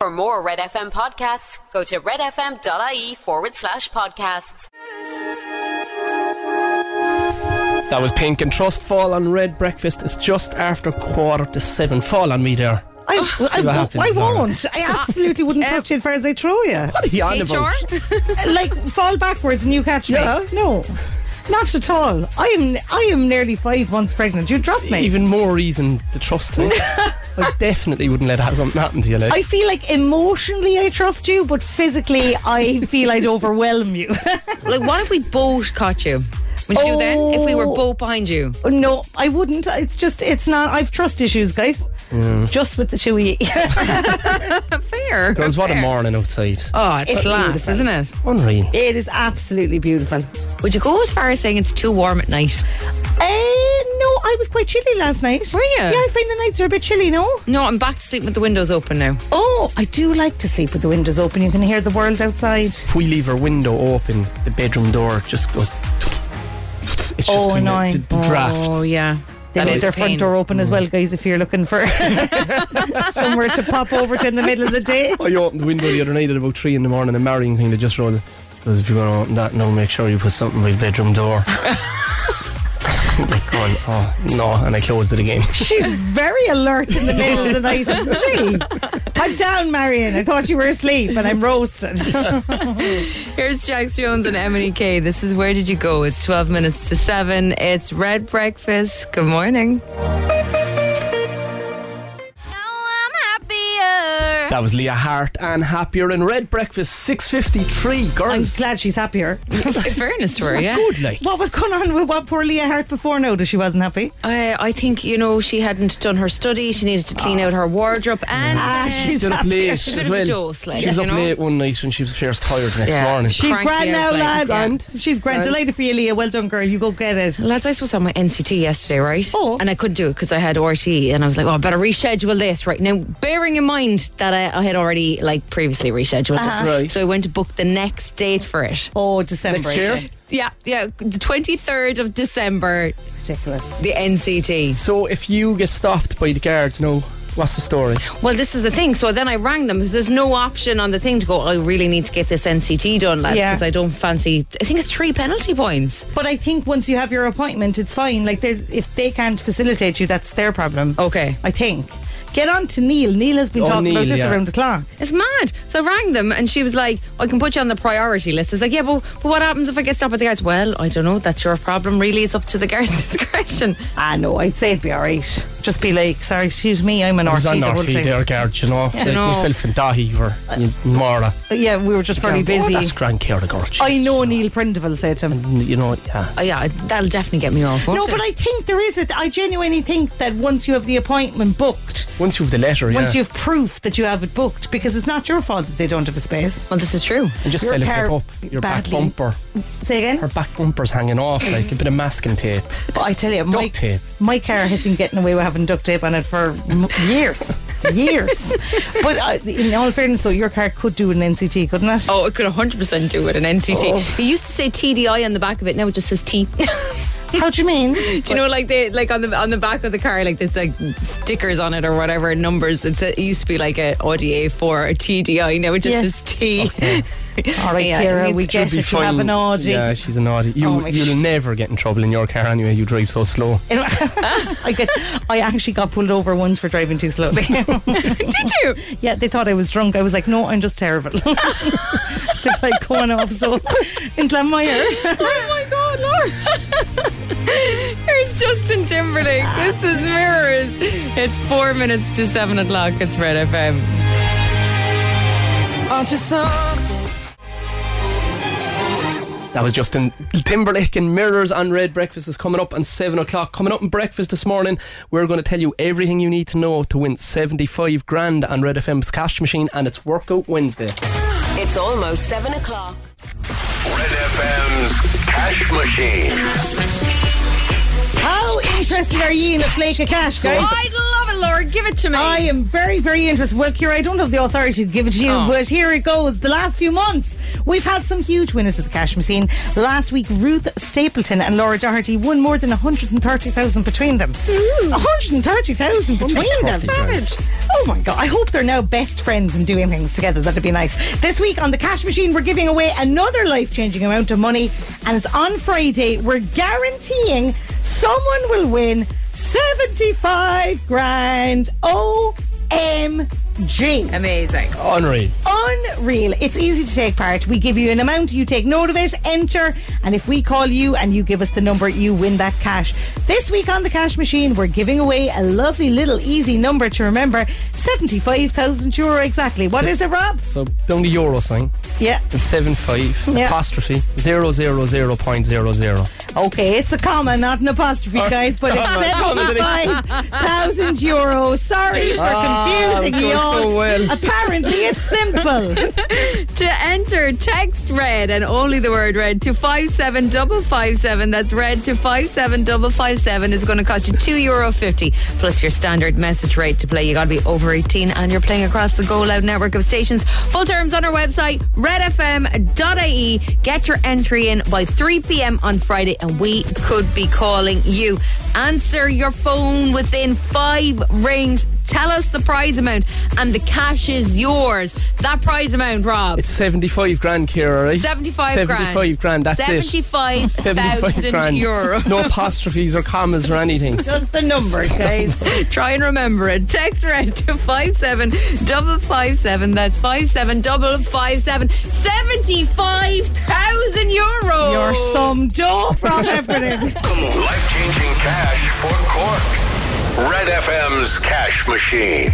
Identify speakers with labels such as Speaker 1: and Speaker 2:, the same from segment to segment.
Speaker 1: For more Red FM podcasts, go to redfm.ie forward slash podcasts.
Speaker 2: That was Pink and Trust. Fall on Red Breakfast is just after quarter to seven. Fall on me there.
Speaker 3: I, I,
Speaker 2: what
Speaker 3: I,
Speaker 2: happens,
Speaker 3: I
Speaker 2: Laura. Eh.
Speaker 3: won't. I absolutely wouldn't trust you as far as I throw you.
Speaker 2: What are you on
Speaker 4: HR?
Speaker 2: about?
Speaker 3: like fall backwards and you catch
Speaker 2: Yeah.
Speaker 3: me. No, not at all. I am I am nearly five months pregnant. You dropped me.
Speaker 2: Even more reason to trust me. I definitely wouldn't let that something happen to you. Like.
Speaker 3: I feel like emotionally I trust you, but physically I feel I'd overwhelm you.
Speaker 4: Like, what if we both caught you? Would you do then? If we were
Speaker 3: Oh.
Speaker 4: both behind you?
Speaker 3: no, I wouldn't. It's just it's not. I've trust issues, guys. Just with the chewy.
Speaker 4: Fair.
Speaker 2: Girls, what a
Speaker 4: Fair.
Speaker 2: morning outside.
Speaker 4: Oh, it's,
Speaker 3: It's
Speaker 4: class,
Speaker 3: beautiful.
Speaker 4: isn't it?
Speaker 2: Unreal.
Speaker 3: it is absolutely beautiful.
Speaker 4: Would you go as far as saying it's too warm at night?
Speaker 3: Uh, no, I was quite chilly last night.
Speaker 4: Were you?
Speaker 3: Yeah, I find the nights are a bit chilly. No.
Speaker 4: No, I'm back to sleeping with the windows open now.
Speaker 3: Oh, I do like to sleep with the windows open. You can hear the world outside.
Speaker 2: If we leave our window open, the bedroom door just goes. It's just
Speaker 3: Oh,
Speaker 2: kind
Speaker 3: annoying.
Speaker 2: of the, the draft.
Speaker 4: Oh, yeah.
Speaker 3: They
Speaker 4: That
Speaker 3: leave
Speaker 4: is
Speaker 3: their
Speaker 4: a
Speaker 3: front
Speaker 4: pain.
Speaker 3: door open as well, guys, if you're looking for somewhere to pop over to in the middle of the day.
Speaker 2: I opened the window the other night at about three in the morning, and Marion kind of just rolled. Because if you're going to open that, no, make sure you put something by the bedroom door. like going, oh no, and I closed it again.
Speaker 3: She's very alert in the middle of the night, isn't she? I'm down, Marion. I thought you were asleep and I'm roasted.
Speaker 4: Here's Jax Jones and Emily Kay. This is Where Did You Go? It's 12 minutes to 7. It's Red Breakfast. Good morning.
Speaker 2: That was Leah Hart and Happier in Red Breakfast 653.
Speaker 3: I'm
Speaker 2: Girls,
Speaker 3: glad she's happier.
Speaker 4: In fairness to her, yeah.
Speaker 2: good like.
Speaker 3: What was going on with what poor Leah Hart before now that she wasn't happy?
Speaker 4: I, I think, you know, she hadn't done her study. She needed to
Speaker 3: Ah.
Speaker 4: clean out her wardrobe. And uh,
Speaker 3: she's
Speaker 2: Still up
Speaker 3: happier.
Speaker 2: late
Speaker 3: She's
Speaker 4: a bit
Speaker 2: as
Speaker 4: of a
Speaker 2: well.
Speaker 4: dose, like,
Speaker 2: she was
Speaker 4: you
Speaker 2: up
Speaker 4: know?
Speaker 2: late one night and she was fierce tired the next
Speaker 4: Yeah.
Speaker 2: morning.
Speaker 3: She's
Speaker 4: Cranky
Speaker 3: grand now,
Speaker 4: out, like,
Speaker 3: lad.
Speaker 4: yeah.
Speaker 3: And She's grand. Delighted for you, Leah. Well done, girl. You go get it.
Speaker 4: Lads, I suppose on my NCT yesterday, right?
Speaker 3: Oh.
Speaker 4: And I couldn't do it because I had RTE, and I was like, oh, I better reschedule this, right? Now, bearing in mind that I, I had already, like, previously rescheduled this.
Speaker 3: Uh-huh.
Speaker 2: Right.
Speaker 4: So I went to book the next date for it.
Speaker 3: Oh, December.
Speaker 2: Next year?
Speaker 3: isn't it?
Speaker 4: Yeah, yeah, the 23rd of December,
Speaker 3: Ridiculous.
Speaker 4: the NCT.
Speaker 2: So if you get stopped by the guards, no, what's the story?
Speaker 4: Well, this is the thing. So then I rang them because there's no option on the thing to go. "Oh, I really need to get this NCT done, lads,
Speaker 3: Yeah.
Speaker 4: because I don't fancy. I think it's three penalty points.
Speaker 3: But I think once you have your appointment, it's fine. Like, there's, if they can't facilitate you, that's their problem.
Speaker 4: Okay.
Speaker 3: I think. Get on to Neil. Neil has been
Speaker 2: Oh,
Speaker 3: talking about
Speaker 2: Neil,
Speaker 3: this
Speaker 2: yeah.
Speaker 3: around the clock.
Speaker 4: It's mad. So I rang them and she was like, I can put you on the priority list. I was like, yeah, but, but what happens if I get stopped by the guards? Well, I don't know. That's your problem, really. It's up to the guards' discretion.
Speaker 3: Ah, no, I'd say it'd be all right. Just be like, sorry, excuse me, I'm an
Speaker 2: I was
Speaker 3: RT.
Speaker 2: on
Speaker 3: the whole
Speaker 2: RT
Speaker 3: time.
Speaker 2: there, guards, you know. Like
Speaker 4: know.
Speaker 2: myself and Dahi were in Mara.
Speaker 3: Yeah, we were just very
Speaker 2: Oh,
Speaker 3: busy.
Speaker 2: that's grand care, the girls.
Speaker 3: I know Neil Prendeville said to him.
Speaker 2: You know, yeah.
Speaker 4: Oh, yeah, that'll definitely get me off. won't
Speaker 3: No,
Speaker 4: it?
Speaker 3: but I think there is a. I genuinely think that once you have the appointment booked,
Speaker 2: Once you have the letter,
Speaker 3: once
Speaker 2: yeah.
Speaker 3: you have proof that you have it booked, because it's not your fault that they don't have a space.
Speaker 4: Well, this is true.
Speaker 2: and just
Speaker 3: your
Speaker 2: sell it
Speaker 3: car
Speaker 2: up. Your back
Speaker 3: badly-
Speaker 2: bumper.
Speaker 3: Say again.
Speaker 2: Her back bumper's hanging off like a bit of masking tape.
Speaker 3: But I tell you, my,
Speaker 2: Duct tape.
Speaker 3: my car has been getting away with having duct tape on it for m- years. Years. but uh, in all fairness, though, your car could do an NCT, couldn't it?
Speaker 4: Oh, it could 100% do with an NCT.
Speaker 3: Oh.
Speaker 4: It used to say TDI on the back of it. Now it just says T.
Speaker 3: How do you mean?
Speaker 4: Do you know, like they like on the on the back of the car, like there's like stickers on it or whatever numbers. It's a, it used to be like a Audi A4 or a TDI. Now it just
Speaker 3: Yeah.
Speaker 4: says T.
Speaker 3: All right,
Speaker 4: Yeah,
Speaker 3: Ciara,
Speaker 4: it
Speaker 3: we
Speaker 4: needs-
Speaker 3: get
Speaker 2: Be
Speaker 3: it. You have
Speaker 2: fine.
Speaker 3: an Audi.
Speaker 2: Yeah, she's an Audi. You,
Speaker 3: Oh my
Speaker 2: you'll
Speaker 3: sh-
Speaker 2: never get in trouble in your car anyway. You drive so slow.
Speaker 3: I guess I actually got pulled over once for driving too slowly.
Speaker 4: Did you?
Speaker 3: yeah, they thought I was drunk. I was like, no, I'm just terrible. They're like going off so in Glenmire.
Speaker 4: Oh my God, Laura! Here's Justin Timberlake. This is Mirrors. It's four minutes to seven o'clock. It's Red FM.
Speaker 2: That was Justin Timberlake and Mirrors on Red Breakfast is coming up on 7 o'clock. Coming up in breakfast this morning, we're going to tell you everything you need to know to win 75 grand on Red FM's cash machine and it's Workout Wednesday.
Speaker 1: It's almost seven o'clock.
Speaker 5: Red FM's Cash Machine.
Speaker 3: How interested are you in a flake of cash, guys?
Speaker 4: I'd love it, on, Laura, give it to me.
Speaker 3: I am very, very interested. Well, Kira, I don't have the authority to give it to you,
Speaker 4: Oh.
Speaker 3: but here it goes. The last few months, we've had some huge winners of the cash machine. Last week, Ruth Stapleton and Laura Doherty won more than 130,000 between them. 130,000 between them.
Speaker 2: 130,000.
Speaker 4: Savage.
Speaker 3: Oh my god, I hope they're now best friends and doing things together. That'd be nice. This week on the cash machine, we're giving away another life changing amount of money, and it's on Friday. We're guaranteeing someone will win 75 grand. OMG
Speaker 4: Amazing.
Speaker 2: Unreal.
Speaker 3: unreal. It's easy to take part. We give you an amount, you take note of it, enter, and if we call you and you give us the number, you win that cash. This week on the cash machine, we're giving away a lovely little easy number to remember 75,000 euro exactly. What is it, Rob?
Speaker 2: So down the euro sign,
Speaker 3: Yeah.
Speaker 2: it's seven five
Speaker 3: Yeah.
Speaker 2: apostrophe zero zero zero point zero zero.
Speaker 3: Okay, it's a comma, not an apostrophe, guys, but
Speaker 2: Oh,
Speaker 3: it's
Speaker 2: no.
Speaker 3: 75,000 euro. Sorry for confusing
Speaker 2: Ah, that
Speaker 3: you
Speaker 2: was going
Speaker 3: all.
Speaker 2: so well.
Speaker 3: Apparently, it's simple.
Speaker 4: To enter, text red and only the word red to 57557. That's red to 57557 is going to cost you €2.50 plus your standard message rate to play. you got to be over 18 and you're playing across the Go Loud network of stations. Full terms on our website, redfm.ie. E. Get your entry in by 3 p.m. on Friday and we could be calling you. Answer your phone within five rings. Tell us the prize amount and the cash is yours. That prize amount, Rob.
Speaker 2: It's seventy five grand, Kira, right?
Speaker 4: 75 grand.
Speaker 2: 75 grand, that's it.
Speaker 4: 75,000 euro.
Speaker 2: No apostrophes or commas or anything.
Speaker 3: Just the numbers, guys.
Speaker 4: Try and remember it. Text red to 57557. That's 57557. 75,000 euro.
Speaker 3: You're summed up from everything.
Speaker 5: Life changing cash for Cork. Red FM's cash machine.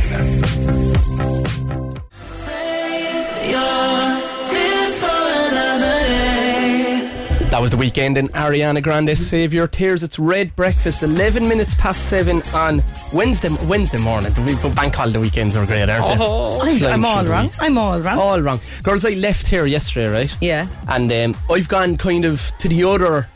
Speaker 2: That was the weekend in Ariana Grande Save Your Tears. It's Red Breakfast, 11 minutes past 7 on Wednesday Wednesday morning. The week- bank holiday weekends are great, aren't they? Oh,
Speaker 3: I'm, I'm all wrong. I'm all wrong.
Speaker 2: All wrong. Girls, I left here yesterday, right?
Speaker 4: Yeah.
Speaker 2: And um, I've gone kind of to the other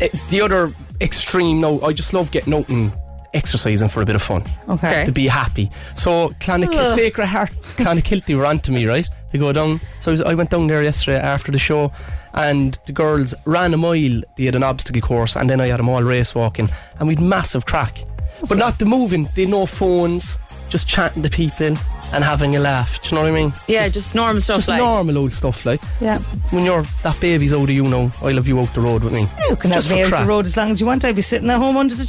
Speaker 2: eh, the other extreme now. I just love getting out and exercising for a bit of fun.
Speaker 4: Okay.
Speaker 2: to be happy. So Clonic- Sacred Heart Clonakilty were onto me, right? They go down. So I, was, I went down there yesterday after the show, and the girls ran a mile. They had an obstacle course, and then I had them all race walking, and we'd massive crack. But not the moving. They no phones, just chatting to people and having a laugh. Do you know what I mean?
Speaker 4: Yeah, just, normal stuff
Speaker 2: Just
Speaker 4: like
Speaker 2: normal old stuff like
Speaker 3: Yeah.
Speaker 2: when you're that baby's older, you know I love you out the road with me.
Speaker 3: You can have
Speaker 2: Just for
Speaker 3: me out
Speaker 2: crack.
Speaker 3: the road as long as you want. I'll be sitting at home under the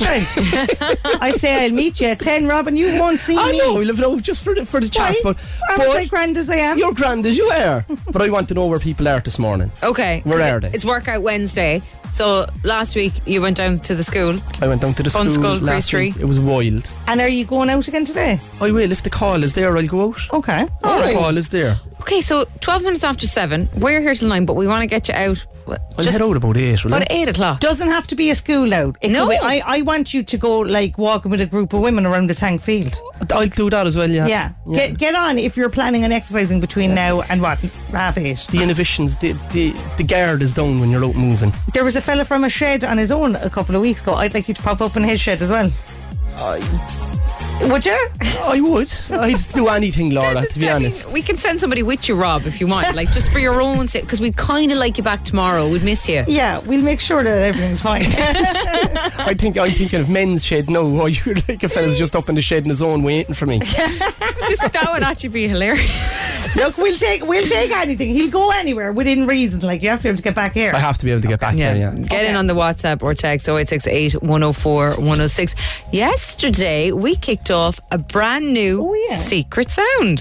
Speaker 3: tree. I say I'll meet you at 10, Robin. You won't see
Speaker 2: I
Speaker 3: me.
Speaker 2: know I love it out just for the, for the chats, but,
Speaker 3: I'm
Speaker 2: but
Speaker 3: as grand as I am.
Speaker 2: you're grand as you are. but I want to know where people are this morning.
Speaker 4: Okay.
Speaker 2: Where
Speaker 4: 'cause
Speaker 2: are
Speaker 4: it-
Speaker 2: they?
Speaker 4: It's workout Wednesday. So last week you went down to the school.
Speaker 2: I went down to the
Speaker 4: On
Speaker 2: school,
Speaker 4: school,
Speaker 2: last
Speaker 4: Crease
Speaker 2: week. It was wild.
Speaker 3: And are you going out again today?
Speaker 2: I will. If the call is there, I'll go out.
Speaker 3: Okay.
Speaker 2: If
Speaker 4: right.
Speaker 2: the call is there.
Speaker 4: Okay, so 12 minutes after 7. We're here till 9, but we want to get you out. what,
Speaker 2: I'll
Speaker 4: Just
Speaker 2: head out about eight. Will I?
Speaker 4: about 8 o'clock.
Speaker 3: Doesn't have to be a school out. It could
Speaker 4: No.
Speaker 3: be- I, I want you to go like walking with a group of women around the tank field.
Speaker 2: I'll do that as well. Yeah.
Speaker 3: Yeah. Get get on if you're planning on exercising between now and what? Half eight.
Speaker 2: The inhibitions, the, the the guard is down when you're out moving.
Speaker 3: There was a fella from a shed on his own a couple of weeks ago. I'd like you to pop up in his shed as well. Would you?
Speaker 2: I would. I'd do anything, Laura. To be
Speaker 4: I mean,
Speaker 2: honest.
Speaker 4: we can send somebody with you, Rob, if you want, like just for your own sake, because we'd kind of like you back tomorrow. We'd miss you.
Speaker 3: Yeah, we'll make sure that everything's fine.
Speaker 2: I think I'm thinking of men's shed. No, or you're like a fella's just up in the shed in his own waiting for me.
Speaker 4: This, that would actually be hilarious.
Speaker 3: Look, we'll take we'll take anything. He'll go anywhere within reason. Like you have to be able to get back here.
Speaker 2: I have to be able to get back
Speaker 4: Yeah.
Speaker 2: there. Yeah.
Speaker 4: Get in on the WhatsApp or text 0868 104 106. Yesterday, we kicked off a brand new
Speaker 3: Oh, yeah.
Speaker 4: secret sound.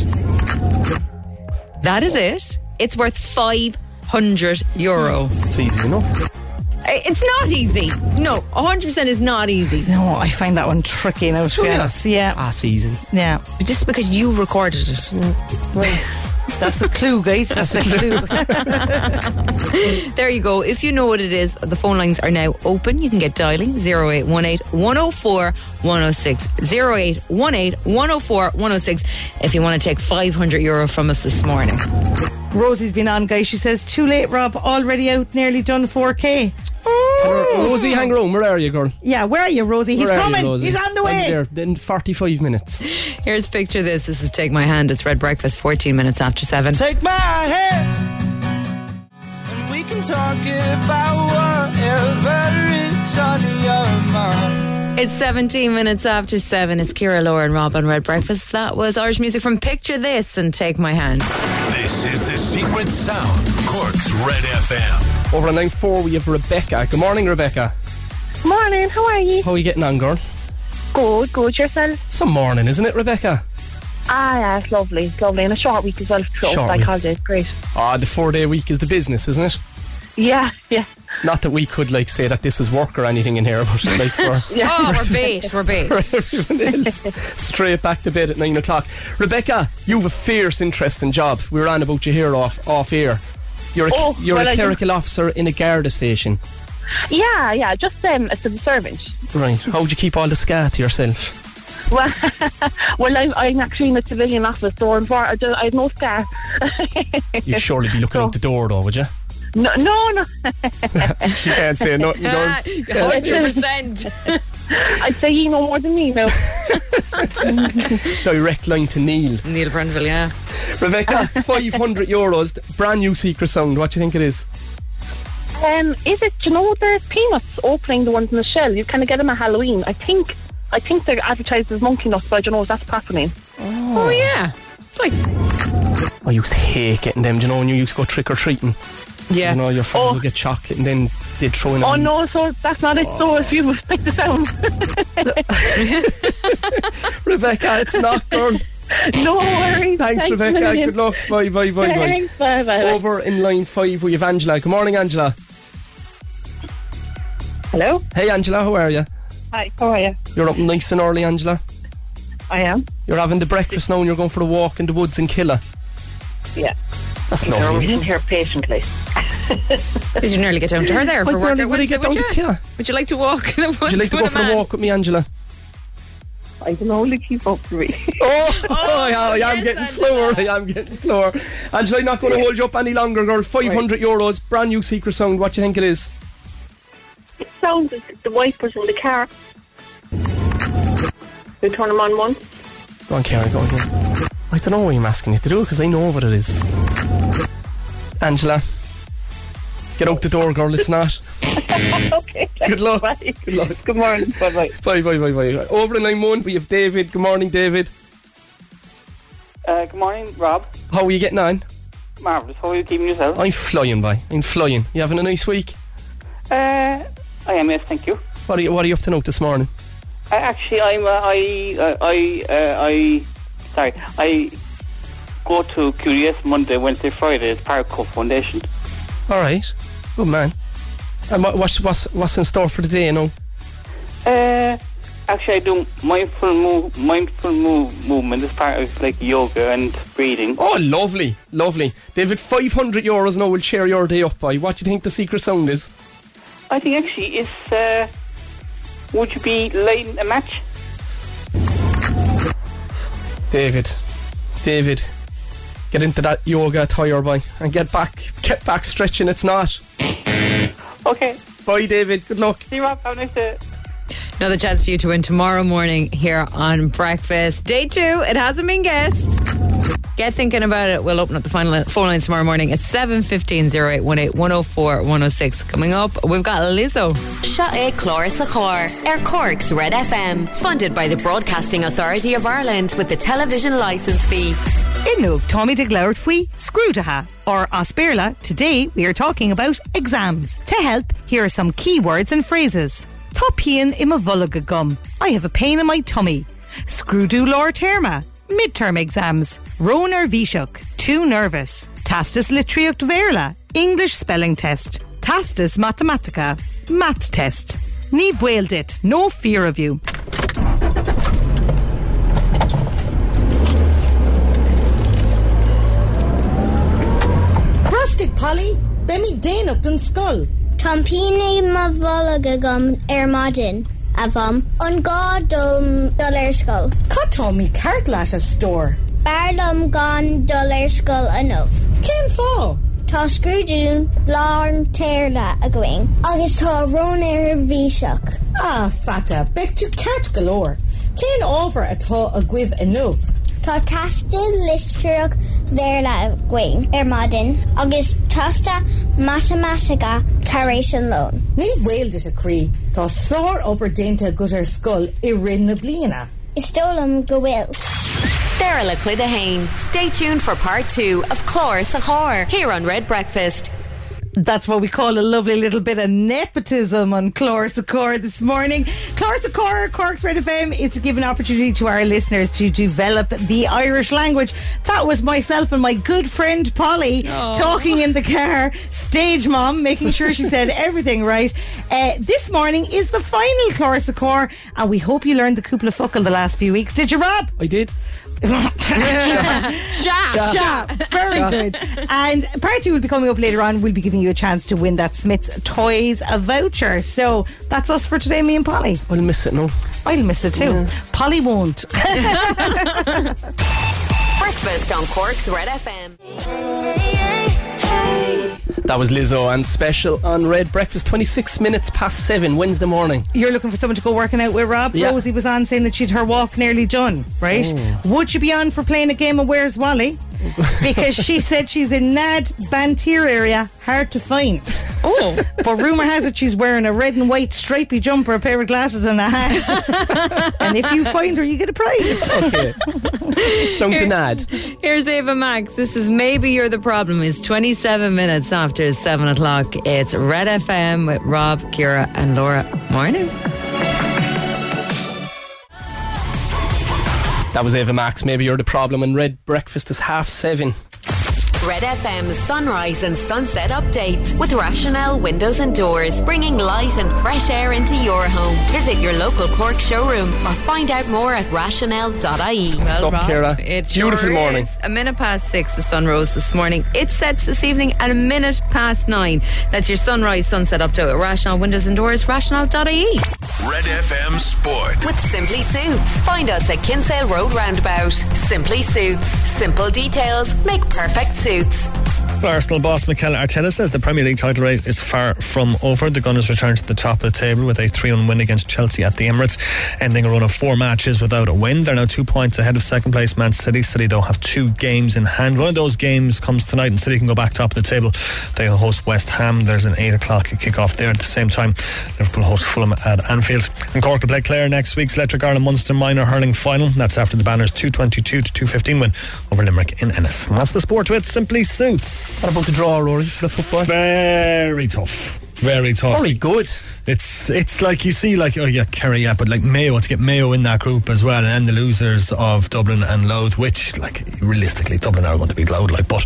Speaker 4: That is it. It's worth 500 euro.
Speaker 2: It's easy enough.
Speaker 4: I- It's not easy. No, 100% is not easy.
Speaker 3: No, I find that one tricky now. To be
Speaker 2: yeah. Ah.
Speaker 3: honest, yeah,
Speaker 2: That's easy.
Speaker 3: yeah.
Speaker 4: Just because you recorded it.
Speaker 3: That's a clue, guys. That's a clue.
Speaker 4: There you go. If you know what it is, the phone lines are now open. You can get dialing 0818 104 106. 0818 104 106 if you want to take 500 euro from us this morning.
Speaker 3: Rosie's been on, guys. She says too late, Rob. Already out, nearly done 4k.
Speaker 2: Hello, Mm. Rosie, hang around. Where are you, girl?
Speaker 3: Yeah, where are you, Rosie? He's
Speaker 2: Where are you,
Speaker 3: coming.
Speaker 2: Rosie?
Speaker 3: He's on the
Speaker 2: I'm
Speaker 3: way.
Speaker 2: there in 45 minutes.
Speaker 4: Here's picture this. This is Take My Hand. It's Red Breakfast, 14 minutes after 7.
Speaker 6: Take my hand, and we can talk about whatever is on your mind.
Speaker 4: It's 17 minutes after 7. It's Kira, Laura, and Rob on Red Breakfast. That was Irish music from Picture This and Take My Hand.
Speaker 5: This is the secret sound. Cork's Red FM.
Speaker 2: Over on line four, we have Rebecca. Good morning, Rebecca.
Speaker 7: Morning, how are you?
Speaker 2: How are you getting on, girl?
Speaker 7: Good, good yourself.
Speaker 2: Some morning, isn't it, Rebecca?
Speaker 7: Ah, yeah, it's lovely, it's lovely, and a short week as well. So
Speaker 2: Short
Speaker 7: short like
Speaker 2: week.
Speaker 7: holiday, it's great.
Speaker 2: Ah, the four day week is the business, isn't it?
Speaker 7: Yeah, yeah,
Speaker 2: Not that we could like say that this is work or anything in here, but like for
Speaker 4: Oh, we're bait. We're bait.
Speaker 2: everyone else, straight back to bed at nine o'clock. Rebecca, you have a fierce, interesting job. We were on about you here off off air. You're a,
Speaker 7: Oh,
Speaker 2: you're
Speaker 7: well, I
Speaker 2: a
Speaker 7: do.
Speaker 2: clerical officer in a Garda station,
Speaker 7: yeah, yeah. Just um, as a servant.
Speaker 2: right? How would you keep all the scar to yourself?
Speaker 7: Well, well, I'm, I'm actually in a civilian office, so I'm for, I, don't, I have no scar.
Speaker 2: You'd surely be looking
Speaker 7: Oh.
Speaker 2: out the door, though, would you?
Speaker 7: No, no, no.
Speaker 2: You can't say no. You
Speaker 4: Ah,
Speaker 2: don't. Yes.
Speaker 4: 100%.
Speaker 7: I'd say you know more than me now.
Speaker 2: Direct line to Neil.
Speaker 4: Neil Brunville, yeah.
Speaker 2: Rebecca, five hundred euros. Brand new secret sound. What do you think it is?
Speaker 7: Um, is it do you know the peanuts opening the ones in the shell? You kind of get them at Halloween. I think, I think they're advertised as monkey nuts, but I don't know if that's happening.
Speaker 4: Oh, yeah. It's like,
Speaker 2: I used to hate getting them. Do you know when you used to go trick or treating?
Speaker 4: yeah.
Speaker 2: You know your friends
Speaker 7: Oh.
Speaker 2: would get chocolate and then they'd throw in.
Speaker 7: Oh
Speaker 2: a-
Speaker 7: no, so that's not it.
Speaker 2: Oh.
Speaker 7: So if you make the sound,
Speaker 2: Rebecca, it's not done.
Speaker 7: no worries.
Speaker 2: Thanks,
Speaker 7: a
Speaker 2: Rebecca.
Speaker 7: million.
Speaker 2: Good luck. Bye, bye, bye, bye.
Speaker 7: Thanks. Bye, bye. bye.
Speaker 2: Over in line five, we have Angela. Good morning, Angela.
Speaker 7: Hello.
Speaker 2: Hey, Angela, how are you?
Speaker 7: Hi. How are you?
Speaker 2: You're up nice and early, Angela.
Speaker 7: I am.
Speaker 2: You're having the breakfast now and you're going for a walk in the woods in Killa.
Speaker 7: Yeah.
Speaker 2: That's
Speaker 7: You're always
Speaker 2: lovely.
Speaker 7: in here patiently.
Speaker 4: Did you nearly get down to her there for
Speaker 2: Why
Speaker 4: work?
Speaker 2: don't everybody
Speaker 4: Would
Speaker 2: get
Speaker 4: you-
Speaker 2: down to
Speaker 4: would, you,
Speaker 2: Killa?
Speaker 4: would you like to walk? in the
Speaker 2: Would you like to go
Speaker 4: woods
Speaker 2: for
Speaker 4: with
Speaker 2: a
Speaker 4: man?
Speaker 2: walk with me, Angela?
Speaker 7: I can only keep up for me.
Speaker 2: Oh, I, am
Speaker 4: yes,
Speaker 2: getting
Speaker 4: Angela.
Speaker 2: slower. I am getting slower. Angela, I'm not going to hold you up any longer, girl. 500 euros, brand new secret sound. What do you think it is?
Speaker 7: It sounds like the wipers in the car. You turn them on once.
Speaker 2: Go on, Karen, go on. Go on. I don't know why I'm asking you to do it because I know what it is. Angela, get out the door, girl. It's not.
Speaker 7: Okay.
Speaker 2: Good luck.
Speaker 7: Bye.
Speaker 2: Good luck.
Speaker 7: Good morning. Bye bye.
Speaker 2: Bye, bye, bye, bye. Over in line one, we have David. Good morning, David.
Speaker 8: Uh, good morning, Rob.
Speaker 2: How are you getting on?
Speaker 8: Marvellous. How are you keeping yourself?
Speaker 2: I'm flying, by. I'm flying. You having a nice week?
Speaker 8: Uh, I am, yes, thank you.
Speaker 2: What are you, what are you up to now this morning?
Speaker 8: Uh, actually, I'm, uh, I, uh, I, uh, I, sorry, I go to Curious Monday, Wednesday, Friday at Parco Foundation.
Speaker 2: All right. Good man. And what, what's, what's, what's in store for the day, you know?
Speaker 8: Uh, actually, I do mindful move, mindful move, movement as part of like yoga and breathing.
Speaker 2: Oh, lovely. Lovely. David, 500 euros now will cheer your day up, by. What do you think the secret sound is?
Speaker 8: I think actually it's, uh, would you be lighting a match?
Speaker 2: David, David, get into that yoga tire boy and get back, get back stretching. It's not.
Speaker 8: Okay.
Speaker 2: Bye, David. Good luck.
Speaker 8: See you, Rob. Have a nice day.
Speaker 4: Another chance for you to win tomorrow morning here on Breakfast. Day two, it hasn't been guessed. Get thinking about it. We'll open up the final phone lines tomorrow morning at 715 0818 104 106. Coming up, we've got Lizzo.
Speaker 1: Sha'e Chlóra sa Chóir, Air Cork's Red FM, funded by the Broadcasting Authority of Ireland with the television licence fee.
Speaker 3: Inlove Tommy de Glower Fui Screwdaha or Asperla, today we are talking about exams. To help, here are some key words and phrases. Topian ima vulaga gum. I have a pain in my tummy. Screwdo lor terma. Midterm exams. Roner Vishuk. Too nervous. Tastus litriuct verla. English spelling test. Tastus mathematica. Maths test. Neve wailed it. No fear of you. Rustic Polly, Bemi Danuk den skull.
Speaker 9: Tompini mavolagagum ermodin avam ungodum dolerskull.
Speaker 3: Cotomi Carglass store.
Speaker 9: Barlum gon dolerskull anov.
Speaker 3: Came fall.
Speaker 9: Tá scrúdún lán téirla a going. Agus tá rón ar bhí seach.
Speaker 3: Ah, fata, back to cat galore. Cain over at all a give enough.
Speaker 9: Tá taiste listruach bhéirla a going ar maidin, agus tasta matematica taréis an lón.
Speaker 3: Ní wailed it a cree. Tá sore over dainta gutter skull irin na blina.
Speaker 9: Is dólam go bhfuil.
Speaker 1: Derelict with a Hain. Stay tuned for part two of Clore Sahar here on Red Breakfast.
Speaker 3: That's what we call a lovely little bit of nepotism on Chlorosacor this morning. Chlorosacor, Cork's Red FM, is to give an opportunity to our listeners to develop the Irish language. That was myself and my good friend Polly talking in the car, stage mom, making sure she said everything right. Uh, this morning is the final Chlorosacor, and we hope you learned the couple of fuckle the last few weeks. Did you, Rob?
Speaker 2: I did.
Speaker 4: Sha.
Speaker 3: Shop. Very good. And part two will be coming up later on. We'll be giving you a chance to win that Smith's Toys a voucher. So that's us for today, me and Polly.
Speaker 2: I'll miss it now.
Speaker 3: I'll miss it too. Polly won't.
Speaker 1: Breakfast on Cork's Red FM.
Speaker 2: That was Lizzo and special on Red Breakfast, 26 minutes past 7, Wednesday morning.
Speaker 3: You're looking for someone to go working out with Rob.
Speaker 2: Yeah.
Speaker 3: Rosie was on saying that she'd her walk nearly done, right? Would you be on for playing a game of Where's Wally? because she said she's in Nad Bantir area, hard to find.
Speaker 4: Oh.
Speaker 3: But rumour has it she's wearing a red and white stripy jumper, a pair of glasses, and a hat. and if you find her, you get a prize.
Speaker 2: Okay. Don't deny it.
Speaker 4: Here's Ava Max. This is Maybe You're the Problem. It's 27 minutes after 7 o'clock. It's Red FM with Rob, Kira, and Laura. Morning.
Speaker 2: That was Ava Max. Maybe you're the problem. And Red Breakfast is half 7.
Speaker 1: Red FM's sunrise and sunset updates with Rationale Windows and Doors, bringing light and fresh air into your home. Visit your local Cork showroom or find out more at rationale.ie.
Speaker 4: What's
Speaker 2: up, Kira?
Speaker 4: It
Speaker 2: Beautiful
Speaker 4: sure
Speaker 2: morning.
Speaker 4: is. A minute past six, the sun rose this morning. It sets this evening at a minute past nine. That's your sunrise, sunset up to it. Rational Windows and Doors, rational.ie.
Speaker 5: Red FM Sport.
Speaker 1: With Simply Suits. Find us at Kinsale Road Roundabout. Simply Suits. Simple details make perfect suits.
Speaker 10: Arsenal boss Mikel Arteta says the Premier League title race is far from over. The Gunners returned to the top of the table with a 3 1 win against Chelsea at the Emirates, ending a run of four matches without a win. They're now two points ahead of second place Man City. City, though, have two games in hand. One of those games comes tonight, and City can go back top of the table. They host West Ham. There's an 8 o'clock kick-off there at the same time. Liverpool host Fulham at Anfield. And Cork to play Clare next week's Electric Ireland Munster minor hurling final. That's after the Banners 222 to 215 win over Limerick in Ennis. And that's the sport with Simply Suits.
Speaker 2: What about the draw, Rory, for the football?
Speaker 10: Very tough. Very tough.
Speaker 2: Very good.
Speaker 10: It's it's like you see like oh yeah Kerry yeah but like Mayo to get Mayo in that group as well and then the losers of Dublin and Louth which like realistically Dublin are going to beat Louth like but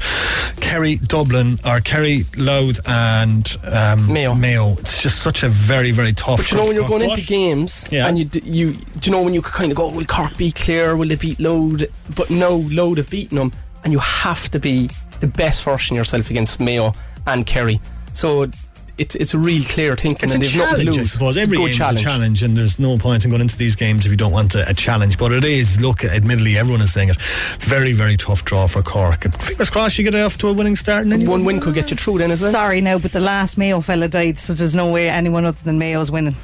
Speaker 10: Kerry Dublin or Kerry Louth and um,
Speaker 2: Mayo.
Speaker 10: Mayo it's just such a very very tough.
Speaker 2: But you know when you're going
Speaker 10: But-
Speaker 2: into games
Speaker 10: Yeah.
Speaker 2: and you d- you do you know when you kind of go will Cork be clear will they beat Load but no Load have beaten them and you have to be the best version of yourself against Mayo and Kerry so it's it's real clear thinking
Speaker 10: It's
Speaker 2: and
Speaker 10: a
Speaker 2: they've nothing
Speaker 10: challenge,
Speaker 2: to
Speaker 10: I
Speaker 2: lose
Speaker 10: suppose.
Speaker 2: It's
Speaker 10: Every
Speaker 2: a good
Speaker 10: game's
Speaker 2: challenge.
Speaker 10: a challenge, and there's no point in going into these games if you don't want a, a challenge. But it is, look, admittedly, everyone is saying it. Very, very tough draw for Cork. And fingers crossed you get off to a winning start. And then you
Speaker 2: one win could get you through then is it
Speaker 3: Sorry, no, but the last Mayo fella died, so there's no way anyone other than Mayo's winning.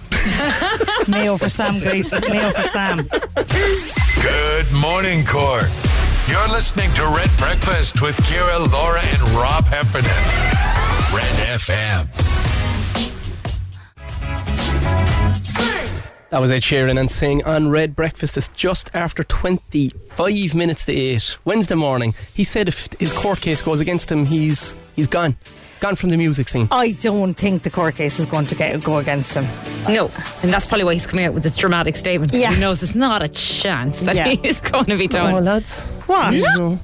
Speaker 3: Mayo for Sam, guys. Mayo for Sam.
Speaker 5: Good morning, Cork. You're listening to Red Breakfast with Kira, Laura, and Rob Heffernan. Red FM.
Speaker 2: that was Ed Sheeran and saying on Red Breakfast it's just after 25 minutes to 8 Wednesday morning he said if his court case goes against him he's he's gone gone from the music scene
Speaker 3: I don't think the court case is going to get, go against him.
Speaker 4: No, and that's probably why he's coming out with this dramatic statement. 'cause
Speaker 3: Yeah.
Speaker 4: He knows there's not a chance that
Speaker 3: Yeah.
Speaker 4: he's going to be
Speaker 2: Oh,
Speaker 4: done.
Speaker 2: lads.
Speaker 3: What?
Speaker 2: You know,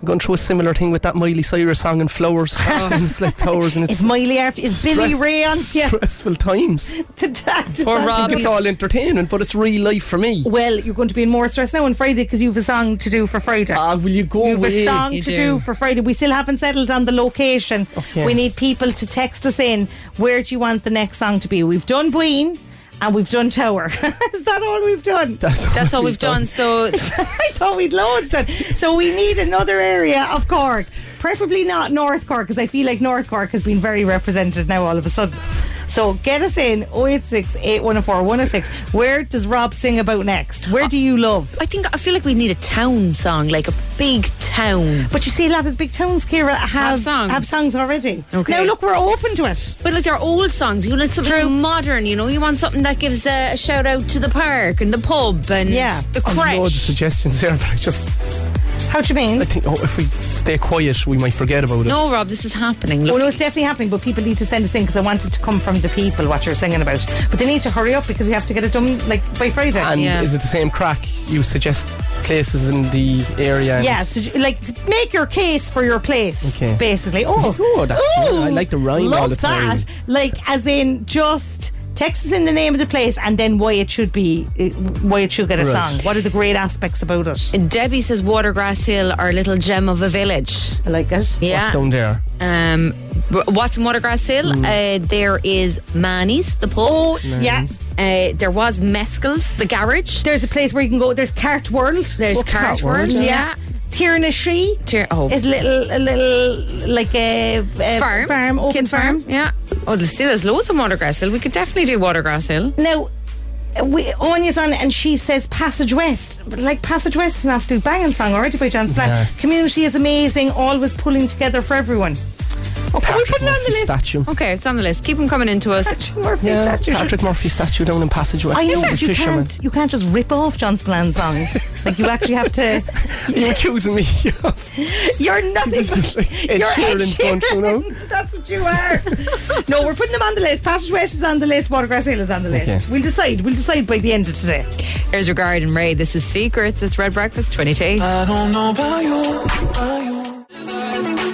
Speaker 2: I'm going through a similar thing with that Miley Cyrus song and Flowers. it's like Towers and it's
Speaker 3: Is Miley after? Is Billy
Speaker 2: stress-
Speaker 3: Ray on? Yeah,
Speaker 2: Stressful times.
Speaker 3: the dad.
Speaker 4: Poor Rob.
Speaker 2: It's all entertainment, but it's real life for me.
Speaker 3: Well, you're going to be in more stress now on Friday because you've a song to do for Friday.
Speaker 2: Ah, will you go
Speaker 3: You've a
Speaker 2: away?
Speaker 3: song
Speaker 4: You
Speaker 3: to do.
Speaker 4: do.
Speaker 3: for Friday. We still haven't settled on the location.
Speaker 2: Okay.
Speaker 3: We need people to text us in. Where do you want the next song to be? We've done Queen and we've done Tower. Is that all we've done?
Speaker 2: That's
Speaker 4: all That's all we've we've done. done, so-
Speaker 3: I thought we'd loads done. So we need another area of Cork, preferably not North Cork, because I feel like North Cork has been very represented now all of a sudden. So get us in 086 8104 106. Where does Rob sing about next? Where do you love?
Speaker 4: I think I feel like we need a town song, like a big town.
Speaker 3: But you see, a lot of the big towns, Kira, have,
Speaker 4: Have songs.
Speaker 3: have songs already.
Speaker 4: Okay.
Speaker 3: Now, look, we're open to it.
Speaker 4: But like they're old songs. You want something modern. You know, you want something that gives a, a shout out to the park and the pub and
Speaker 3: Yeah.
Speaker 4: the
Speaker 2: I've loads of
Speaker 4: crash.
Speaker 2: suggestions there, but I just
Speaker 3: How do you mean?
Speaker 2: I think oh, if we stay quiet, we might forget about it.
Speaker 4: No, Rob, this is happening.
Speaker 3: Oh
Speaker 4: Look,
Speaker 3: no, it's definitely happening, but people need to send us in because I want it to come from the people what you're singing about. But they need to hurry up because we have to get it done like by Friday.
Speaker 2: And
Speaker 4: Yeah.
Speaker 2: is it the same crack? You suggest places in the area. and-
Speaker 3: yeah, so j- like make your case for your place,
Speaker 2: Okay.
Speaker 3: basically. Oh,
Speaker 2: Oh, that's
Speaker 3: Ooh,
Speaker 2: I like to rhyme all
Speaker 3: love
Speaker 2: the time.
Speaker 3: that. Like as in just text us in the name of the place and then why it should be uh, why it should get a
Speaker 2: Right.
Speaker 3: song. What are the great aspects about it?
Speaker 4: Debbie says Watergrass Hill, our little gem of a village.
Speaker 3: I like it.
Speaker 4: Yeah.
Speaker 2: What's down there?
Speaker 4: Um, w- what's in Watergrass Hill?
Speaker 2: Mm.
Speaker 4: Uh, there is Manny's, the pub.
Speaker 3: Oh, yeah.
Speaker 4: Uh, there was Mescal's, the garage.
Speaker 3: There's a place where you can go. There's Cart World.
Speaker 4: There's Cart World, yeah.
Speaker 3: Tiernashy.
Speaker 4: Tier- oh.
Speaker 3: It's little, a little like a, a
Speaker 4: farm.
Speaker 3: open
Speaker 4: Kids
Speaker 3: farm.
Speaker 4: Yeah. Oh, let's see, there's loads of Watergrass Hill. We could definitely do Watergrass Hill.
Speaker 3: Now, uh, we, Anya's on it and she says Passage West. But like Passage West is an absolute banging song already by John Splat.
Speaker 2: Yeah.
Speaker 3: Community is amazing, always pulling together for everyone. Okay, we put it on the
Speaker 2: Murphy
Speaker 3: list.
Speaker 2: statue.
Speaker 4: Okay, it's on the list. Keep them coming into us.
Speaker 3: Patrick Murphy
Speaker 2: Yeah,
Speaker 3: statue.
Speaker 2: Patrick Murphy statue down in Passage West.
Speaker 3: I know
Speaker 2: the
Speaker 3: that you
Speaker 2: fisherman.
Speaker 3: can't, you can't just rip off John Splan's songs. like you actually have to.
Speaker 2: Are you accusing me? of-
Speaker 3: You're nothing.
Speaker 2: This is
Speaker 3: but-
Speaker 2: like Ed
Speaker 3: you're Ed
Speaker 2: Sheeran's
Speaker 3: Sheeran.
Speaker 2: country, no?
Speaker 3: That's what you are. no, we're putting them on the list. Passage West is on the list. Watergrass Hill is on the list.
Speaker 2: Okay.
Speaker 3: We'll decide. We'll decide by the end of today.
Speaker 4: Here's Regard and Ray. This is Secrets. It's Red Breakfast 20 to 8.
Speaker 6: I don't know about you, about you.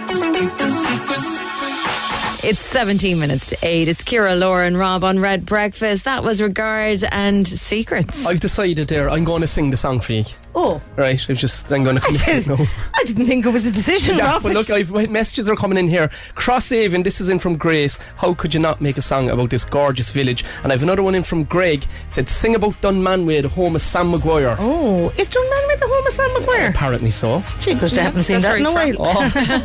Speaker 4: It's 17 minutes to 8. It's Kira, Laura, and Rob on Red Breakfast. That was Regard and Secrets.
Speaker 2: I've decided there. I'm going to sing the song for you.
Speaker 3: Oh,
Speaker 2: Right, I'm just I'm going to come. No.
Speaker 3: I didn't think it was a decision.
Speaker 2: Yeah,
Speaker 3: Rob.
Speaker 2: but look, I've, messages are coming in here. Crosshaven, this is in from Grace. How could you not make a song about this gorgeous village? And I've another one in from Greg. Said, sing about Dunmanway, the home of Sam Maguire.
Speaker 3: oh, it's done man with the home of Sam McGuire.
Speaker 2: Apparently so.
Speaker 3: She goes, I haven't seen
Speaker 4: that's
Speaker 3: that in a
Speaker 4: where
Speaker 3: while. Oh.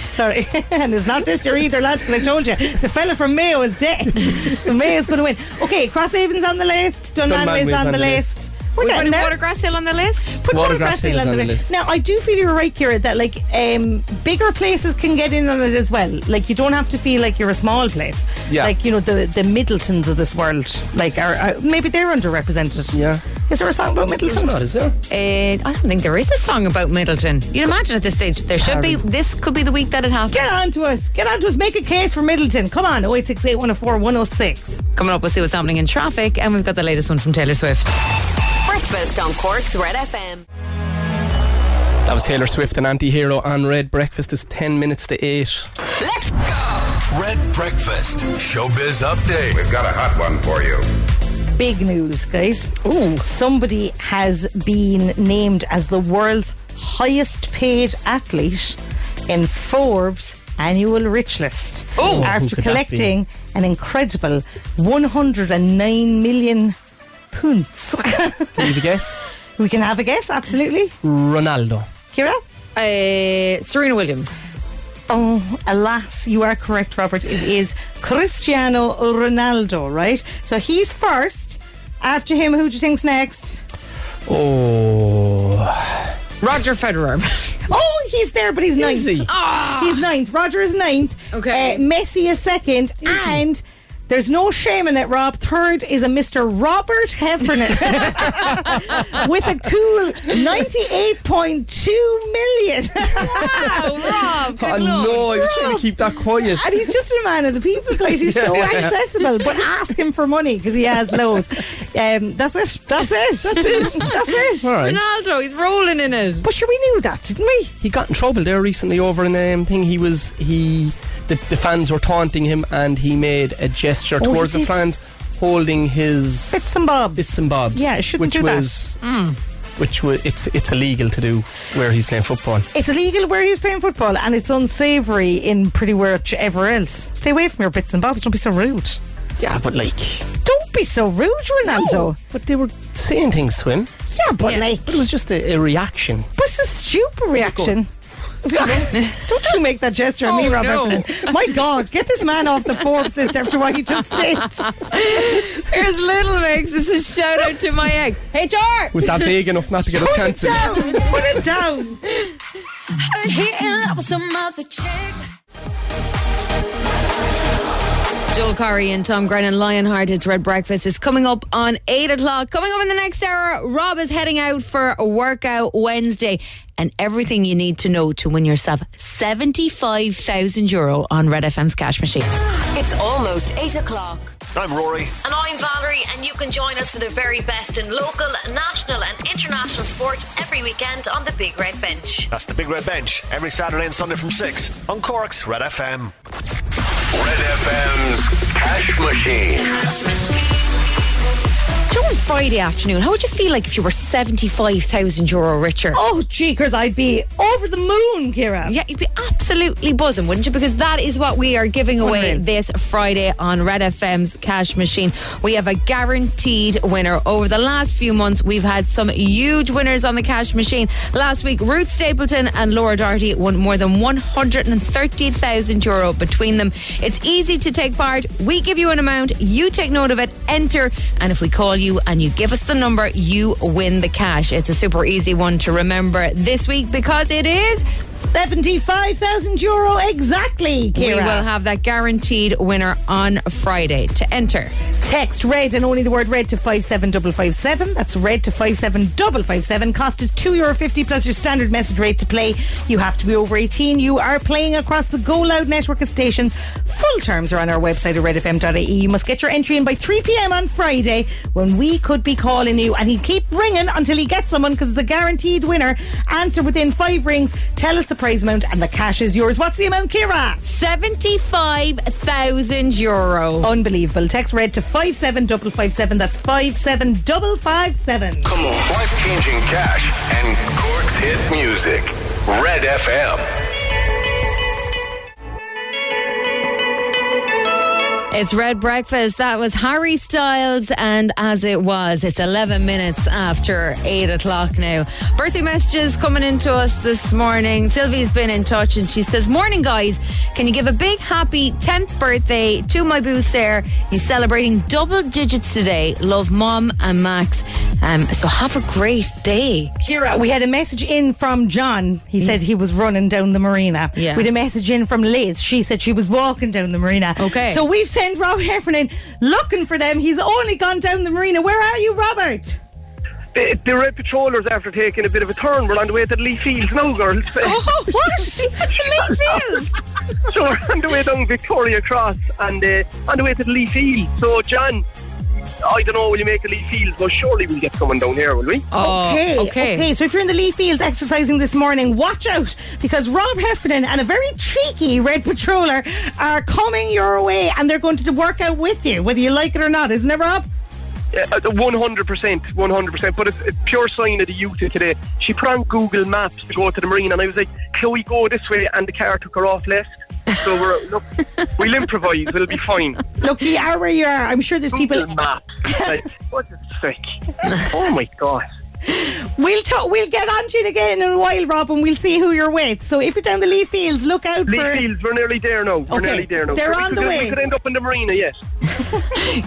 Speaker 3: Sorry, and it's not this year either, lads, because I told you the fella from Mayo is dead. so Mayo's going to win. Okay, Crosshaven's on the list. Dunmanway's on, the list. We're
Speaker 4: We
Speaker 3: getting
Speaker 4: put
Speaker 3: there.
Speaker 4: Watergrass Hill on the list.
Speaker 3: put
Speaker 2: Watergrass
Speaker 3: Watergrass
Speaker 2: Hill
Speaker 3: Hill
Speaker 2: is
Speaker 3: on the list. Now, I do feel you're right, Kira, that like um, bigger places can get in on it as well. Like you don't have to feel like you're a small place.
Speaker 2: Yeah.
Speaker 3: Like you know the the Middletons of this world, like are, are maybe they're underrepresented.
Speaker 2: Yeah.
Speaker 3: Is there a song about
Speaker 2: There's
Speaker 3: Middleton?
Speaker 2: not, is there?
Speaker 4: Uh, I don't think there is a song about Middleton. You'd imagine at this stage there should be. This could be the week that it happens.
Speaker 3: Get on to us. Get on to us. Make a case for Middleton. Come on. 0868 104 106.
Speaker 4: Coming up, we'll see what's happening in traffic, and we've got the latest one from Taylor Swift.
Speaker 1: Breakfast on Cork's Red FM.
Speaker 2: That was Taylor Swift and Anti Hero on Red. Breakfast is 10 minutes to 8.
Speaker 1: Let's go.
Speaker 5: Red Breakfast Showbiz Update.
Speaker 11: We've got a hot one for you.
Speaker 3: Big news, guys. Ooh. Somebody has been named as the world's highest paid athlete in Forbes annual rich list
Speaker 2: Oh, who
Speaker 3: after
Speaker 2: could that be?
Speaker 3: collecting an incredible 109 million punts.
Speaker 2: Can you have a guess?
Speaker 3: we can have a guess, absolutely.
Speaker 2: Ronaldo.
Speaker 3: Kira?
Speaker 4: Uh, Serena Williams.
Speaker 3: Oh, alas, you are correct, Robert. It is Cristiano Ronaldo, right? So he's first. After him, who do you think's next?
Speaker 2: Oh.
Speaker 4: Roger Federer.
Speaker 3: Oh, he's there, but he's ninth.
Speaker 2: he?
Speaker 3: He's ninth. Roger is ninth.
Speaker 4: Okay.
Speaker 3: Uh, Messi is second. and there's no shame in it, Rob. Third is a Mr. Robert Heffernan with a cool 98.2 million.
Speaker 4: oh, Rob.
Speaker 2: I know, I was trying to keep that quiet.
Speaker 3: and he's just a man of the people, guys. He's so
Speaker 2: Yeah.
Speaker 3: accessible. But ask him for money because he has loads. Um, that's it. That's it. That's it. That's it.
Speaker 2: All right.
Speaker 4: Ronaldo, he's rolling in it.
Speaker 3: But sure, we knew that, didn't we?
Speaker 2: He got in trouble there recently over an um, thing. He was, he, the, the fans were taunting him and he made a gesture
Speaker 3: Oh, he
Speaker 2: towards the
Speaker 3: did.
Speaker 2: fans holding his.
Speaker 3: Bits and bobs.
Speaker 2: bits and bobs.
Speaker 3: Yeah, it shouldn't
Speaker 2: which
Speaker 3: do that.
Speaker 2: was, Which was it's it's illegal to do where he's playing football.
Speaker 3: It's illegal where he was playing football, and it's unsavoury in pretty much ever else. Stay away from your bits and bobs. Don't be so rude.
Speaker 2: Yeah, but like. oh,
Speaker 3: Don't be so rude, Ronaldo.
Speaker 2: But they were saying things to him.
Speaker 3: Yeah, but like.
Speaker 2: But it was just a, a reaction.
Speaker 3: What's a stupid reaction? Don't you make that gesture at me,
Speaker 4: Oh,
Speaker 3: Robert.
Speaker 4: no.
Speaker 3: Flynn. My God, get this man off the Forbes list after what he just did.
Speaker 4: Here's Little Mix. This is a shout out to my ex. HR!
Speaker 2: Was that vague enough not to get us
Speaker 3: Put it
Speaker 2: cancelled?
Speaker 3: down. Put it down.
Speaker 4: Joel Corey and Tom Grennan, Lionheart. It's Red Breakfast. It's coming up on 8 o'clock. Coming up in the next hour, Rob is heading out for a workout Wednesday. And everything you need to know to win yourself 75,000 euro on Red FM's cash machine.
Speaker 1: It's almost 8 o'clock.
Speaker 11: I'm Rory.
Speaker 1: And I'm Valerie, and you can join us for the very best in local, national, and international sport every weekend on the Big Red Bench.
Speaker 11: That's the Big Red Bench every Saturday and Sunday from 6 on Cork's Red FM.
Speaker 5: Red FM's Cash Machine.
Speaker 4: Joel, Friday afternoon, how would you feel like if you were 75,000 euro richer?
Speaker 3: Oh, jeekers, I'd be over the moon, Kira.
Speaker 4: Yeah, you'd be absolutely buzzing, wouldn't you? Because that is what we are giving away
Speaker 3: Wondering.
Speaker 4: this Friday on Red FM's Cash Machine. We have a guaranteed winner. Over the last few months, we've had some huge winners on the Cash Machine. Last week, Ruth Stapleton and Laura Doherty won more than 130,000 euro between them. It's easy to take part. We give you an amount, you take note of it, enter, and if we call you and you give us the number, you win the cash. It's a super easy one to remember this week because it is
Speaker 3: 75,000 euro exactly, Kira.
Speaker 4: We will have that guaranteed winner on Friday to enter.
Speaker 3: Text red and only the word red to 57557. That's red to 57557. Cost is €2.50 plus your standard message rate to play. You have to be over 18. You are playing across the Go Loud network of stations. Full terms are on our website at redfm.ie. E. You must get your entry in by 3 pm on Friday when we could be calling you. And he keep ringing until he gets someone because it's a guaranteed winner. Answer within five rings. Tell us the prize amount and the cash is yours. What's the amount, Kira?
Speaker 4: 75,000 euro.
Speaker 3: Unbelievable. Text red to 57557. That's 57557.
Speaker 5: Come on. Life changing cash and Cork's hit music. Red FM.
Speaker 4: It's Red Breakfast. That was Harry Styles, and as it was, it's 11 minutes after 8 o'clock now. Birthday messages coming into us this morning. Sylvie's been in touch and she says, Morning, guys. Can you give a big happy 10th birthday to my boo, Sarah? He's celebrating double digits today. Love, Mom and Max. Um, so have a great day.
Speaker 3: Kira, we had a message in from John. He said he was running down the marina.
Speaker 4: Yeah.
Speaker 3: We had a message in from Liz. She said she was walking down the marina.
Speaker 4: Okay.
Speaker 3: So we've sent Rob Heffernan looking for them. He's only gone down the marina. Where are you, Robert?
Speaker 12: The, the Red Patrollers, after taking a bit of a turn, were on the way to Lee Fields now, girls.
Speaker 4: Oh, what? Leaffields.
Speaker 12: so we're on the way down Victoria Cross and uh, on the way to Lee Fields. So, John, I don't know, will you make the Lee Fields? Well, surely we'll get someone down here, will we?
Speaker 4: Oh,
Speaker 3: okay,
Speaker 4: okay.
Speaker 3: okay. So if you're in the Lee Fields exercising this morning, watch out because Rob Heffernan and a very cheeky red patroller are coming your way and they're going to work out with you, whether you like it or not, isn't it, Rob?
Speaker 12: Yeah, uh, 100%, 100%. But it's a pure sign of the youth of today. She put on Google Maps to go to the marine, and I was like, Chloe, go this way, and the car took her off left. So we're, look, we'll improvise, it'll be fine.
Speaker 3: Look, you are where you are. I'm sure there's people.
Speaker 12: Google Maps. Like, what the frick? Oh my god.
Speaker 3: We'll talk, we'll get on to it again in a while, Rob, and we'll see who you're with. So if you're down the Lee Fields, look out
Speaker 12: Lee
Speaker 3: for.
Speaker 12: Fields, we're nearly there now. We're
Speaker 3: Okay.
Speaker 12: nearly there now.
Speaker 3: They're
Speaker 12: So we
Speaker 3: on
Speaker 12: could,
Speaker 3: the
Speaker 12: we
Speaker 3: way.
Speaker 12: could end up in the marina, yes.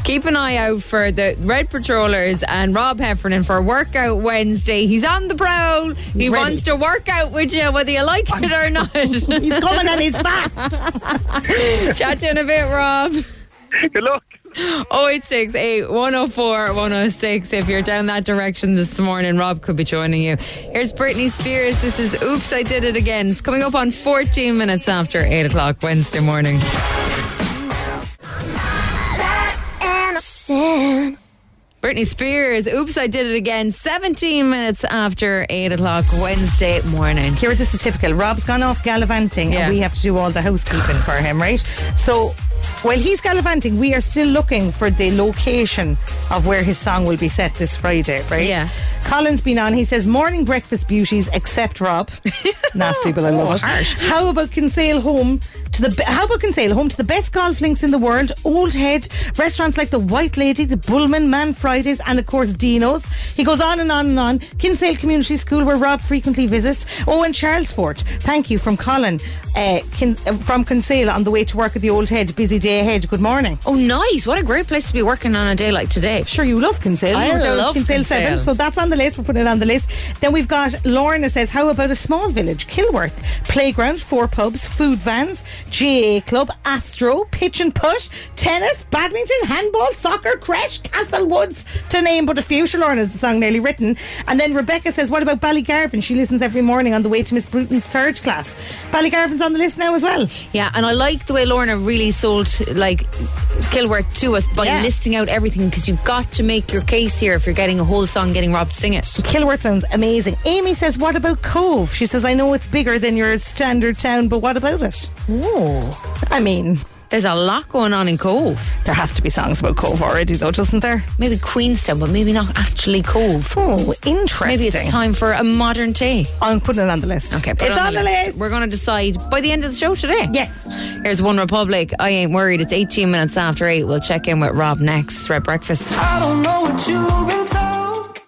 Speaker 4: Keep an eye out for the Red Patrollers and Rob Heffernan for Workout Wednesday. He's on the prowl. he
Speaker 3: ready.
Speaker 4: wants to work out with you, whether you like it or not.
Speaker 3: He's coming and he's fast.
Speaker 4: Chat to you in a bit, Rob.
Speaker 12: Good luck.
Speaker 4: 0868 104 106. If you're down that direction this morning, Rob could be joining you. Here's Britney Spears. This is Oops, I Did It Again. It's coming up on 14 minutes after 8 o'clock Wednesday morning. Britney Spears, Oops, I Did It Again, 17 minutes after 8 o'clock Wednesday morning.
Speaker 3: Here, this is typical. Rob's gone off gallivanting,
Speaker 4: Yeah.
Speaker 3: and we have to do all the housekeeping for him, right? So, while he's gallivanting, we are still looking for the location of where his song will be set this Friday, right?
Speaker 4: Yeah.
Speaker 3: Colin's been on. He says, Morning breakfast beauties, except Rob. Nasty, but I love it. How about Kinsale Home to the be- How about Kinsale Home to the best golf links in the world? Old Head, restaurants like the White Lady, the Bullman, Man Fridays, and of course Dino's. He goes on and on and on. Kinsale Community School, where Rob frequently visits. Oh, and Charlesfort. Thank you from Colin uh, Kin- uh, from Kinsale on the way to work at the Old Head. Busy day ahead. Good morning.
Speaker 4: Oh, nice. What a great place to be working on a day like today.
Speaker 3: Sure, you love Kinsale.
Speaker 4: I
Speaker 3: You were down at
Speaker 4: love
Speaker 3: Kinsale, 7.
Speaker 4: Kinsale.
Speaker 3: So that's on the list. We're putting it on the list. Then we've got Lorna says, How about a small village? Kilworth. Playground, four pubs, food vans, GA club, Astro, pitch and putt, tennis, badminton, handball, soccer, creche, Castle Woods, to name but a few. Sure, Lorna's the song nearly written. And then Rebecca says, What about Ballygarvin? She listens every morning on the way to Miss Bruton's third class. Ballygarvin's on the list now as well.
Speaker 4: Yeah, and I like the way Lorna really sold like Kilworth to us by
Speaker 3: Yeah.
Speaker 4: listing out everything because you've got to make your case here if you're getting a whole song, getting Rob to sing it.
Speaker 3: Kilworth sounds amazing. Amy says, What about Cove? She says, I know it's bigger than your standard town, but what about it?
Speaker 4: Oh.
Speaker 3: I mean,
Speaker 4: there's a lot going on in Cove.
Speaker 3: There has to be songs about Cove already, though, doesn't there?
Speaker 4: Maybe Queenstown, but maybe not actually Cove.
Speaker 3: Oh, interesting.
Speaker 4: Maybe it's time for a modern tea.
Speaker 3: I'm putting it on the list.
Speaker 4: Okay, put
Speaker 3: It's
Speaker 4: it on,
Speaker 3: on
Speaker 4: the,
Speaker 3: the
Speaker 4: list.
Speaker 3: list.
Speaker 4: We're going to decide by the end of the show today.
Speaker 3: Yes.
Speaker 4: Here's One Republic. I ain't worried. It's 18 minutes after 8. We'll check in with Rob next. Red Breakfast.
Speaker 6: I don't know what you've been told.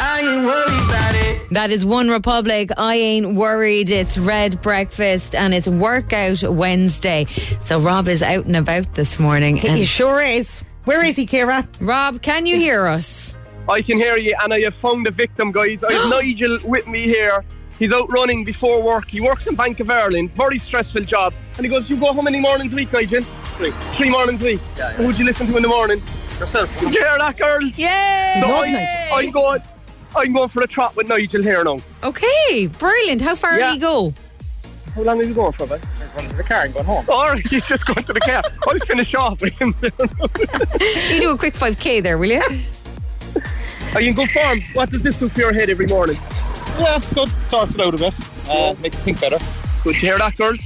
Speaker 6: I ain't worried about it.
Speaker 4: That is One Republic. I ain't worried. It's Red Breakfast and it's Workout Wednesday. So Rob is out and about this morning.
Speaker 3: He
Speaker 4: and-
Speaker 3: sure is. Where is he, Kira?
Speaker 4: Rob, can you hear us?
Speaker 12: I can hear you, and I have found a victim, guys. I have Nigel with me here. He's out running before work. He works in Bank of Ireland. Very stressful job. And he goes, "You go how many mornings a week, Nigel? Three. Three mornings a week. Who would you listen to in the morning? Yourself. Did you hear that, girls?
Speaker 4: Yay!
Speaker 12: So
Speaker 4: Love
Speaker 12: I, I go. I'm going for a trot with Nigel here now.
Speaker 4: Okay, brilliant. How far
Speaker 12: Yeah.
Speaker 4: will you go?
Speaker 12: How long are you going for, bud? I'm going to the car and going home. All right, he's just going to the car. I'll finish off.
Speaker 4: You do a quick 5K there, will you?
Speaker 12: Are you in good form? What does this do for your head every morning? Yeah, good. Sorts it out a bit. Uh, makes you think better. Good to hear that, girls.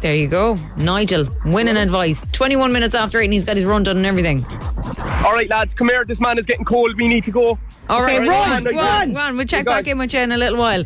Speaker 4: There you go. Nigel, winning advice. 21 minutes after 8 and he's got his run done and everything.
Speaker 12: All right, lads, come here. This man is getting cold. We need to go.
Speaker 4: All right,
Speaker 12: man,
Speaker 4: run,
Speaker 12: like,
Speaker 4: run, run. We'll check
Speaker 12: You
Speaker 4: back
Speaker 12: guys-
Speaker 4: in with you in a little while.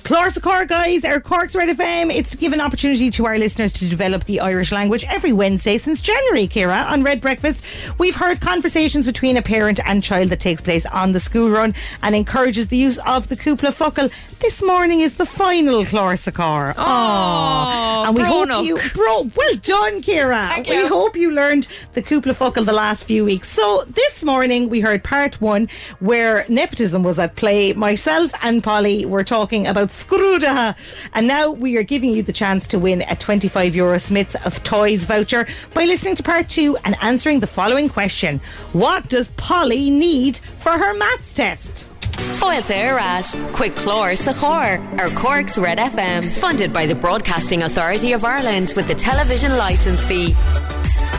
Speaker 3: Clorsacore, guys, our Cork's Red FM. It's to give an opportunity to our listeners to develop the Irish language every Wednesday since January, Kira. On Red Breakfast, we've heard conversations between a parent and child that takes place on the school run and encourages the use of the Kupla Fuckle. This morning is the final Clorsacore.
Speaker 4: Oh,
Speaker 3: and we
Speaker 4: Bronagh.
Speaker 3: hope you, bro, well done, Kira.
Speaker 4: Thank
Speaker 3: we
Speaker 4: you.
Speaker 3: hope you learned the Kupla Fuckle the last few weeks. So this morning we heard part one where nepotism was at play. Myself and Polly were talking about Scroodaha. And now we are giving you the chance to win a 25 euro Smiths of Toys voucher by listening to part two and answering the following question. What does Polly need for her maths test?
Speaker 1: Foil Therat, Quick Chlor Sachor, or Cork's Red FM, funded by the Broadcasting Authority of Ireland with the television licence fee.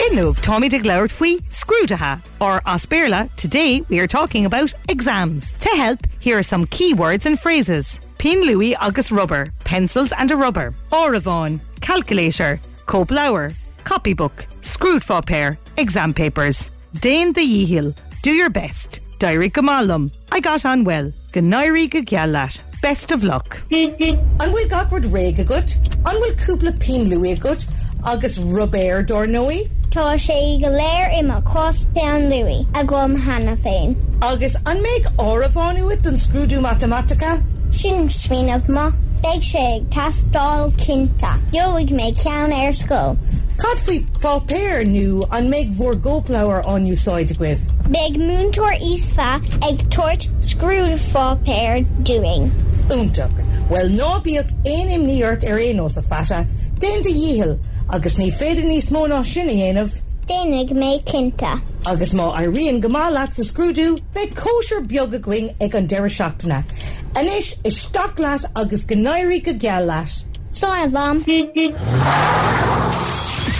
Speaker 3: Inov Tommy de Glout fui Scroodaha or Asperla. Today we are talking about exams. To help, here are some key words and phrases. Pin Louis August rubber, pencils and a rubber, Oravon, calculator, Coplower, copybook, screwed for pair, exam papers. Dane the Yehil, do your best. Diary Gamalum, I got on well. Gnairi Gagyalat, best of luck. An bhfuil gagward ré a gut, an bhfuil cúpla pin luí a gut, agus Robert Dornoy,
Speaker 9: Tá sé go léir i mar cos pean luí a gom hena féin.
Speaker 3: agus an méid árahánuit don scrúdú matematica?
Speaker 9: Sin smíanamh má, beag sé ag tastáil cinnta. Joigh mé cean ar scó.
Speaker 3: Cad faoi pápéir nu an méid mhór goplair anniu sáid gwibh.
Speaker 9: Big múntóir is fa ag tuairt scrúd fá péir doing.
Speaker 3: Úntaach, Well nábíoach éim níart ar éos a fata, dénta díhil, agus ní féidir níos mó ná sinna héanamh,
Speaker 9: Dénig mé cinnta.
Speaker 3: agus má a rion gomá leat sa scrúdú be cóisiir beag aing ag an deire seachtainna. Anis is stoch leat agus gnéirí go geall leat.
Speaker 9: Slá bham.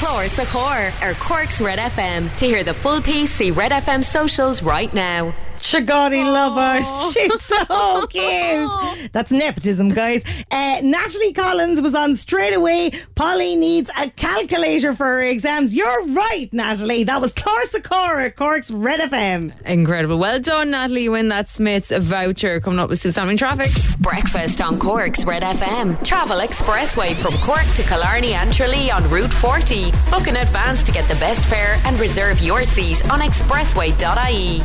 Speaker 1: Chlor Sachor, or Cork's Red FM. To hear the full piece, see Red FM socials right now.
Speaker 3: Chagotty lovers. She's so cute. That's nepotism, guys. Uh, Natalie Collins was on straight away. Polly needs a calculator for her exams. You're right, Natalie. That was Clara Sakura, Cork's Red FM.
Speaker 4: Incredible. Well done, Natalie. You win that Smith's voucher coming up with Susan in traffic.
Speaker 1: Breakfast on Cork's Red FM. Travel expressway from Cork to Killarney and Tralee on Route 40. Book in advance to get the best fare and reserve your seat on expressway.ie.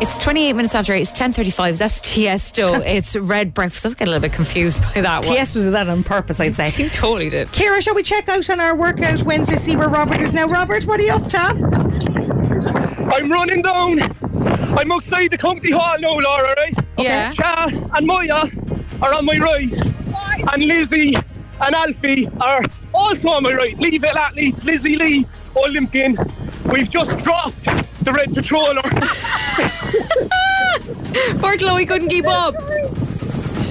Speaker 4: It's 28 minutes after 8. It's 10.35. That's Tiesto. it's Red Breakfast. I was getting a little bit confused by that one.
Speaker 3: Tiesto did that on purpose, I'd say.
Speaker 4: He totally did.
Speaker 3: Kira, shall we check out on our workout Wednesday, see where Robert is now? Robert, what are you up to?
Speaker 12: I'm running down. I'm outside the county hall now, Laura, right?
Speaker 4: Yeah.
Speaker 12: Cha Uh, and Maya are on my right. And Lizzie and Alfie are also on my right. Leaville athletes, Lizzie Lee, Olympian. We've just dropped the red patroller.
Speaker 4: Poor Chloe couldn't keep up.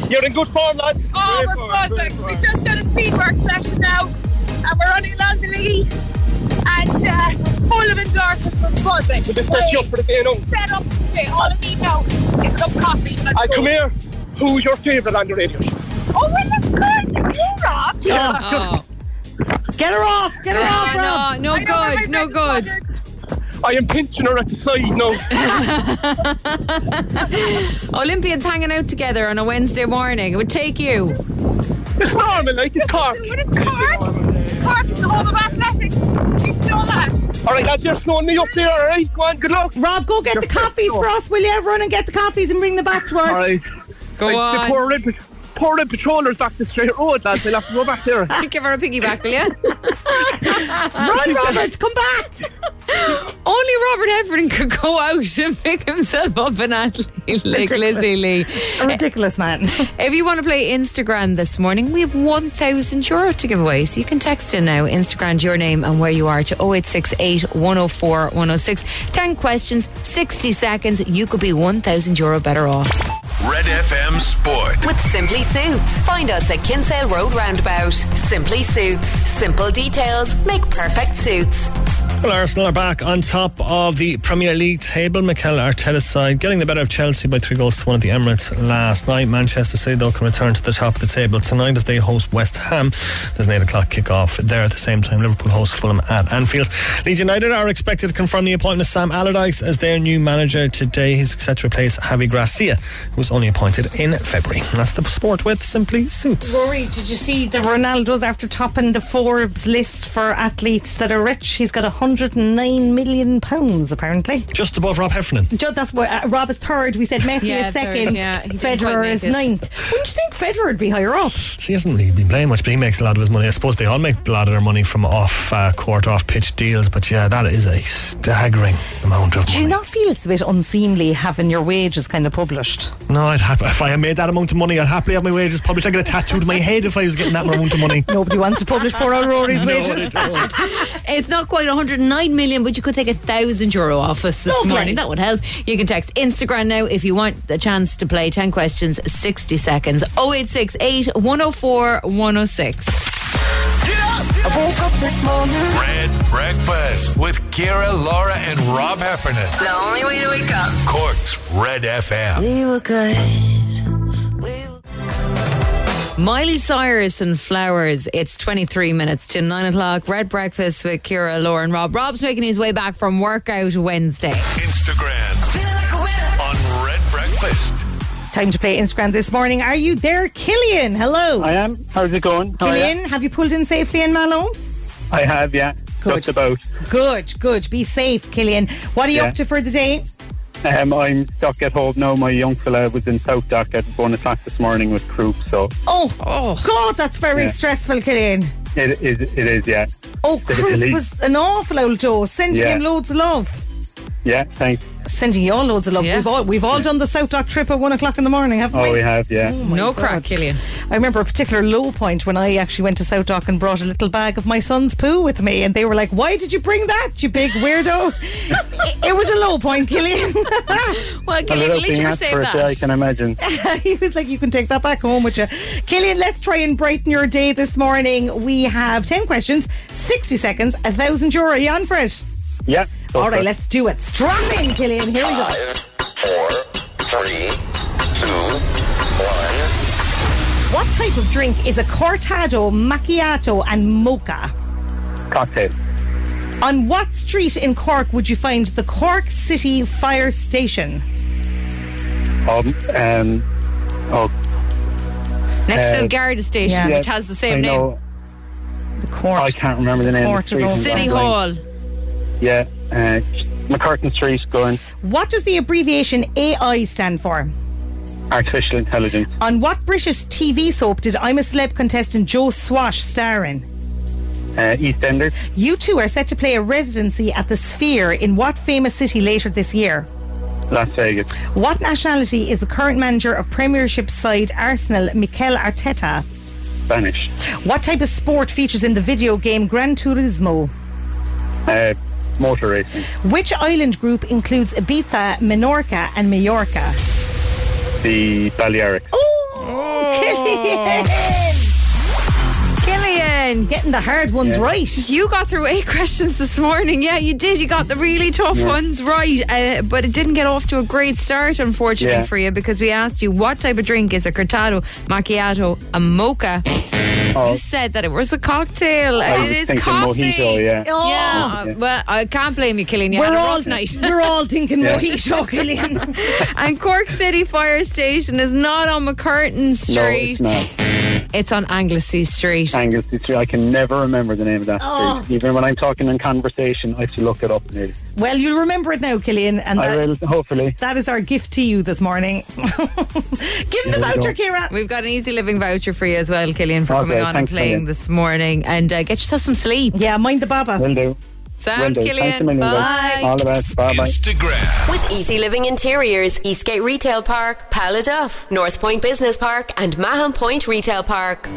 Speaker 12: You're in good form, lads.
Speaker 13: Oh,
Speaker 12: Great
Speaker 13: we're
Speaker 12: form, great
Speaker 13: perfect. We
Speaker 12: form.
Speaker 13: just done a speed work session now, and we're running along the lead, and uh, full of endorphins. We're buzzing.
Speaker 12: We just set you up for the day now.
Speaker 13: Set up for the day. All I need now is a cup of coffee. and let's
Speaker 12: And
Speaker 13: go.
Speaker 12: come here. Who's your favourite on the radio?
Speaker 13: Oh, well, that's good. You, Rob.
Speaker 12: Yeah.
Speaker 3: Get her off. Get
Speaker 13: her off,
Speaker 4: Oh.
Speaker 13: Rob.
Speaker 4: no, No,
Speaker 13: I
Speaker 4: no
Speaker 13: know
Speaker 4: goods. No goods.
Speaker 12: I am pinching her at the side now.
Speaker 4: Olympians hanging out together on a Wednesday morning. It would take you.
Speaker 12: it's normal, like it's Cork.
Speaker 13: Cork is the home of athletics. You know that.
Speaker 12: All right, lads, you're slowing me up there, all right? Go on, good luck.
Speaker 3: Rob, go get the coffees for us, will you? Run and get the coffees and bring them back to us.
Speaker 12: All right.
Speaker 4: Go
Speaker 12: Like,
Speaker 4: on.
Speaker 12: The poor red, poor red patrollers back the straight road, lads. They'll have to go back there.
Speaker 4: Give her a piggyback, will you?
Speaker 3: Run, Robert, come back.
Speaker 4: Only Robert Heffernan could go out and pick himself up an athlete like Lizzie Lee.
Speaker 3: A ridiculous man.
Speaker 4: If you want to play Instagram this morning, we have 1,000 euro to give away. So you can text in now, Instagram your name and where you are to 0868 104 106. 10 questions, 60 seconds. You could be 1,000 euro better off.
Speaker 5: Red FM Sport.
Speaker 1: With Simply Suits. Find us at Kinsale Road Roundabout. Simply Suits. Simple details make perfect suits.
Speaker 10: Well, Arsenal are back on top of the Premier League table. Mikel Arteta's side getting the better of Chelsea by three goals to one at the Emirates last night. Manchester City, though, can return to the top of the table tonight as they host West Ham. There's an eight o'clock kickoff there at the same time. Liverpool hosts Fulham at Anfield. Leeds United are expected to confirm the appointment of Sam Allardyce as their new manager today. He's set to replace Javi Gracia, who was only appointed in February. And that's the sport with Simply Suits.
Speaker 3: Rory, did you see the Ronaldo's after topping the Forbes list for athletes that are rich? He's got 109 million pounds apparently.
Speaker 10: Just above Rob Heffernan.
Speaker 3: Joe, that's what uh, Rob is third. We said Messi
Speaker 4: Yeah,
Speaker 3: is
Speaker 4: third,
Speaker 3: second.
Speaker 4: yeah. He didn't quite
Speaker 3: Federer
Speaker 4: make
Speaker 3: is
Speaker 4: it.
Speaker 3: ninth. Wouldn't you think Federer would be higher up?
Speaker 10: So he hasn't really been playing much, but he makes a lot of his money. I suppose they all make a lot of their money from off uh, court, off pitch deals. But yeah, that is a staggering amount of
Speaker 3: Do
Speaker 10: money.
Speaker 3: you not feel it's a bit unseemly having your wages kind of published?
Speaker 10: No, I'd hap- if I made that amount of money, I'd happily have my wages published. I'd get a tattoo to my head if I was getting that amount of money.
Speaker 3: Nobody wants to publish poor old Rory's
Speaker 10: No, they
Speaker 3: wages.
Speaker 10: don't.
Speaker 4: It's not quite 109 million, but you could take a thousand euro off us this
Speaker 3: Lovely.
Speaker 4: morning. That would help. You can text Instagram now if you want the chance to play 10 questions, 60 seconds. 0868 104 106.
Speaker 5: I woke up this morning. Red Breakfast with Kira, Laura, and Rob Heffernan.
Speaker 1: The only way to wake up.
Speaker 5: Cork's Red FM.
Speaker 1: We were good.
Speaker 4: Miley Cyrus and Flowers. It's 23 minutes to 9 o'clock. Red Breakfast with Kira, Laura, and Rob. Rob's making his way back from workout Wednesday.
Speaker 5: Instagram on Red Breakfast.
Speaker 3: Time to play Instagram this morning. Are you there, Killian? Hello.
Speaker 14: I am. How's it going? How are
Speaker 3: Killian, have you pulled in safely in Malone?
Speaker 14: I have, yeah. Just about.
Speaker 3: Good, good. Be safe, Killian. What are you
Speaker 14: Yeah.
Speaker 3: up to for the day?
Speaker 14: Um, I'm stuck at home now. My young fella was in South Dock at 1 o'clock this morning with croup, so
Speaker 3: Oh, God, that's very
Speaker 14: Yeah.
Speaker 3: stressful, Killian.
Speaker 14: it is, it is yeah.
Speaker 3: Oh,
Speaker 14: Did it
Speaker 3: Croup
Speaker 14: delete?
Speaker 3: was an awful old dose. Sending
Speaker 14: Yeah.
Speaker 3: him loads of love.
Speaker 14: Yeah, thanks.
Speaker 3: Sending you all loads of love. We've all we've all done the South Dock trip at one o'clock in the morning, haven't
Speaker 14: Oh,
Speaker 3: we?
Speaker 14: we have, yeah.
Speaker 3: Hmm.
Speaker 4: no crack, Killian.
Speaker 14: Oh.
Speaker 3: I remember a particular low point when I actually went to South Dock and brought a little bag of my son's poo with me, and they were like, "Why did you bring that, you big weirdo?" it, it was a low point, Killian.
Speaker 4: well,
Speaker 14: A little thing asked for it, yeah, I can imagine.
Speaker 3: he was like, You can take that back home with you. Killian, let's try and brighten your day this morning. We have 10 questions, 60 seconds, a thousand euro. Are you on for it?
Speaker 14: Yeah,
Speaker 3: All right, let's do it. Strap in, Killian. Here we go. What type of drink is a cortado, macchiato, and mocha?
Speaker 14: Cocktail.
Speaker 3: On what street in Cork would you find the Cork City Fire Station?
Speaker 14: Um, um, oh,
Speaker 4: Next to
Speaker 14: Uh,
Speaker 4: the Garda station,
Speaker 14: yeah.
Speaker 4: which has the same
Speaker 14: I
Speaker 4: name.
Speaker 14: know. I can't remember the name. of the street.
Speaker 4: City Hall.
Speaker 14: Yeah, uh, McCurtain Street, going
Speaker 3: What does the abbreviation AI stand for?
Speaker 14: artificial intelligence.
Speaker 3: On what British TV soap did I'm a Celeb contestant Joe Swash star in?
Speaker 14: Uh, EastEnders,
Speaker 3: You two are set to play a residency at the Sphere in what famous city later this year?
Speaker 14: Las Vegas,
Speaker 3: What nationality is the current manager of Premiership side Arsenal, Mikel Arteta?
Speaker 14: Spanish,
Speaker 3: What type of sport features in the video game Gran Turismo?
Speaker 14: uh, motor racing,
Speaker 3: Which island group includes Ibiza, Menorca, and Mallorca?
Speaker 14: the Balearic. Oh.
Speaker 3: Killian!
Speaker 4: Killian!
Speaker 3: Getting the hard ones
Speaker 14: Yeah.
Speaker 3: right.
Speaker 4: You got through eight questions this morning. Yeah, you did. You got the really tough
Speaker 14: Yeah.
Speaker 4: ones right. Uh, but it didn't get off to a great start, unfortunately,
Speaker 14: Yeah.
Speaker 4: for you, because we asked you what type of drink is a cortado, macchiato, a mocha. You said that it was a cocktail.
Speaker 14: Oh. I
Speaker 4: and
Speaker 14: was
Speaker 4: it is
Speaker 14: thinking
Speaker 4: coffee.
Speaker 14: mojito, yeah.
Speaker 4: Oh,
Speaker 14: Yeah.
Speaker 4: Well, I can't blame you, Killian. You
Speaker 3: We're
Speaker 4: had a
Speaker 3: all-
Speaker 4: rough night.
Speaker 3: we're all thinking
Speaker 14: Yeah.
Speaker 3: mojito, Killian.
Speaker 4: and Cork City Fire Station is not on McCurtain
Speaker 14: No, it's
Speaker 4: Street.
Speaker 14: not.
Speaker 4: It's on Anglesey Street.
Speaker 14: Anglesey Street. I can never remember the name of that
Speaker 3: Oh.
Speaker 14: street. Even when I'm talking in conversation, I have to look it up. Nearly.
Speaker 3: Well, you'll remember it now, Killian. And
Speaker 14: I
Speaker 3: that-
Speaker 14: will, hopefully.
Speaker 3: That is our gift to you this morning. Give him the
Speaker 14: There we
Speaker 3: voucher,
Speaker 14: go.
Speaker 3: Kira.
Speaker 4: We've got an easy living voucher for you as well, Killian, for
Speaker 14: Okay,
Speaker 4: coming on and
Speaker 14: thanks,
Speaker 4: playing
Speaker 14: Killian.
Speaker 4: this morning. And uh, get yourself some sleep.
Speaker 3: Yeah, mind the baba.
Speaker 14: Will do. Will
Speaker 4: Sound,
Speaker 14: do. Thanks a
Speaker 4: Killian.
Speaker 14: million, guys.
Speaker 4: Bye.
Speaker 14: All the best. Bye bye.
Speaker 1: With Easy Living Interiors, Eastgate Retail Park, Paladuff, North Point Business Park, and Mahon Point Retail Park.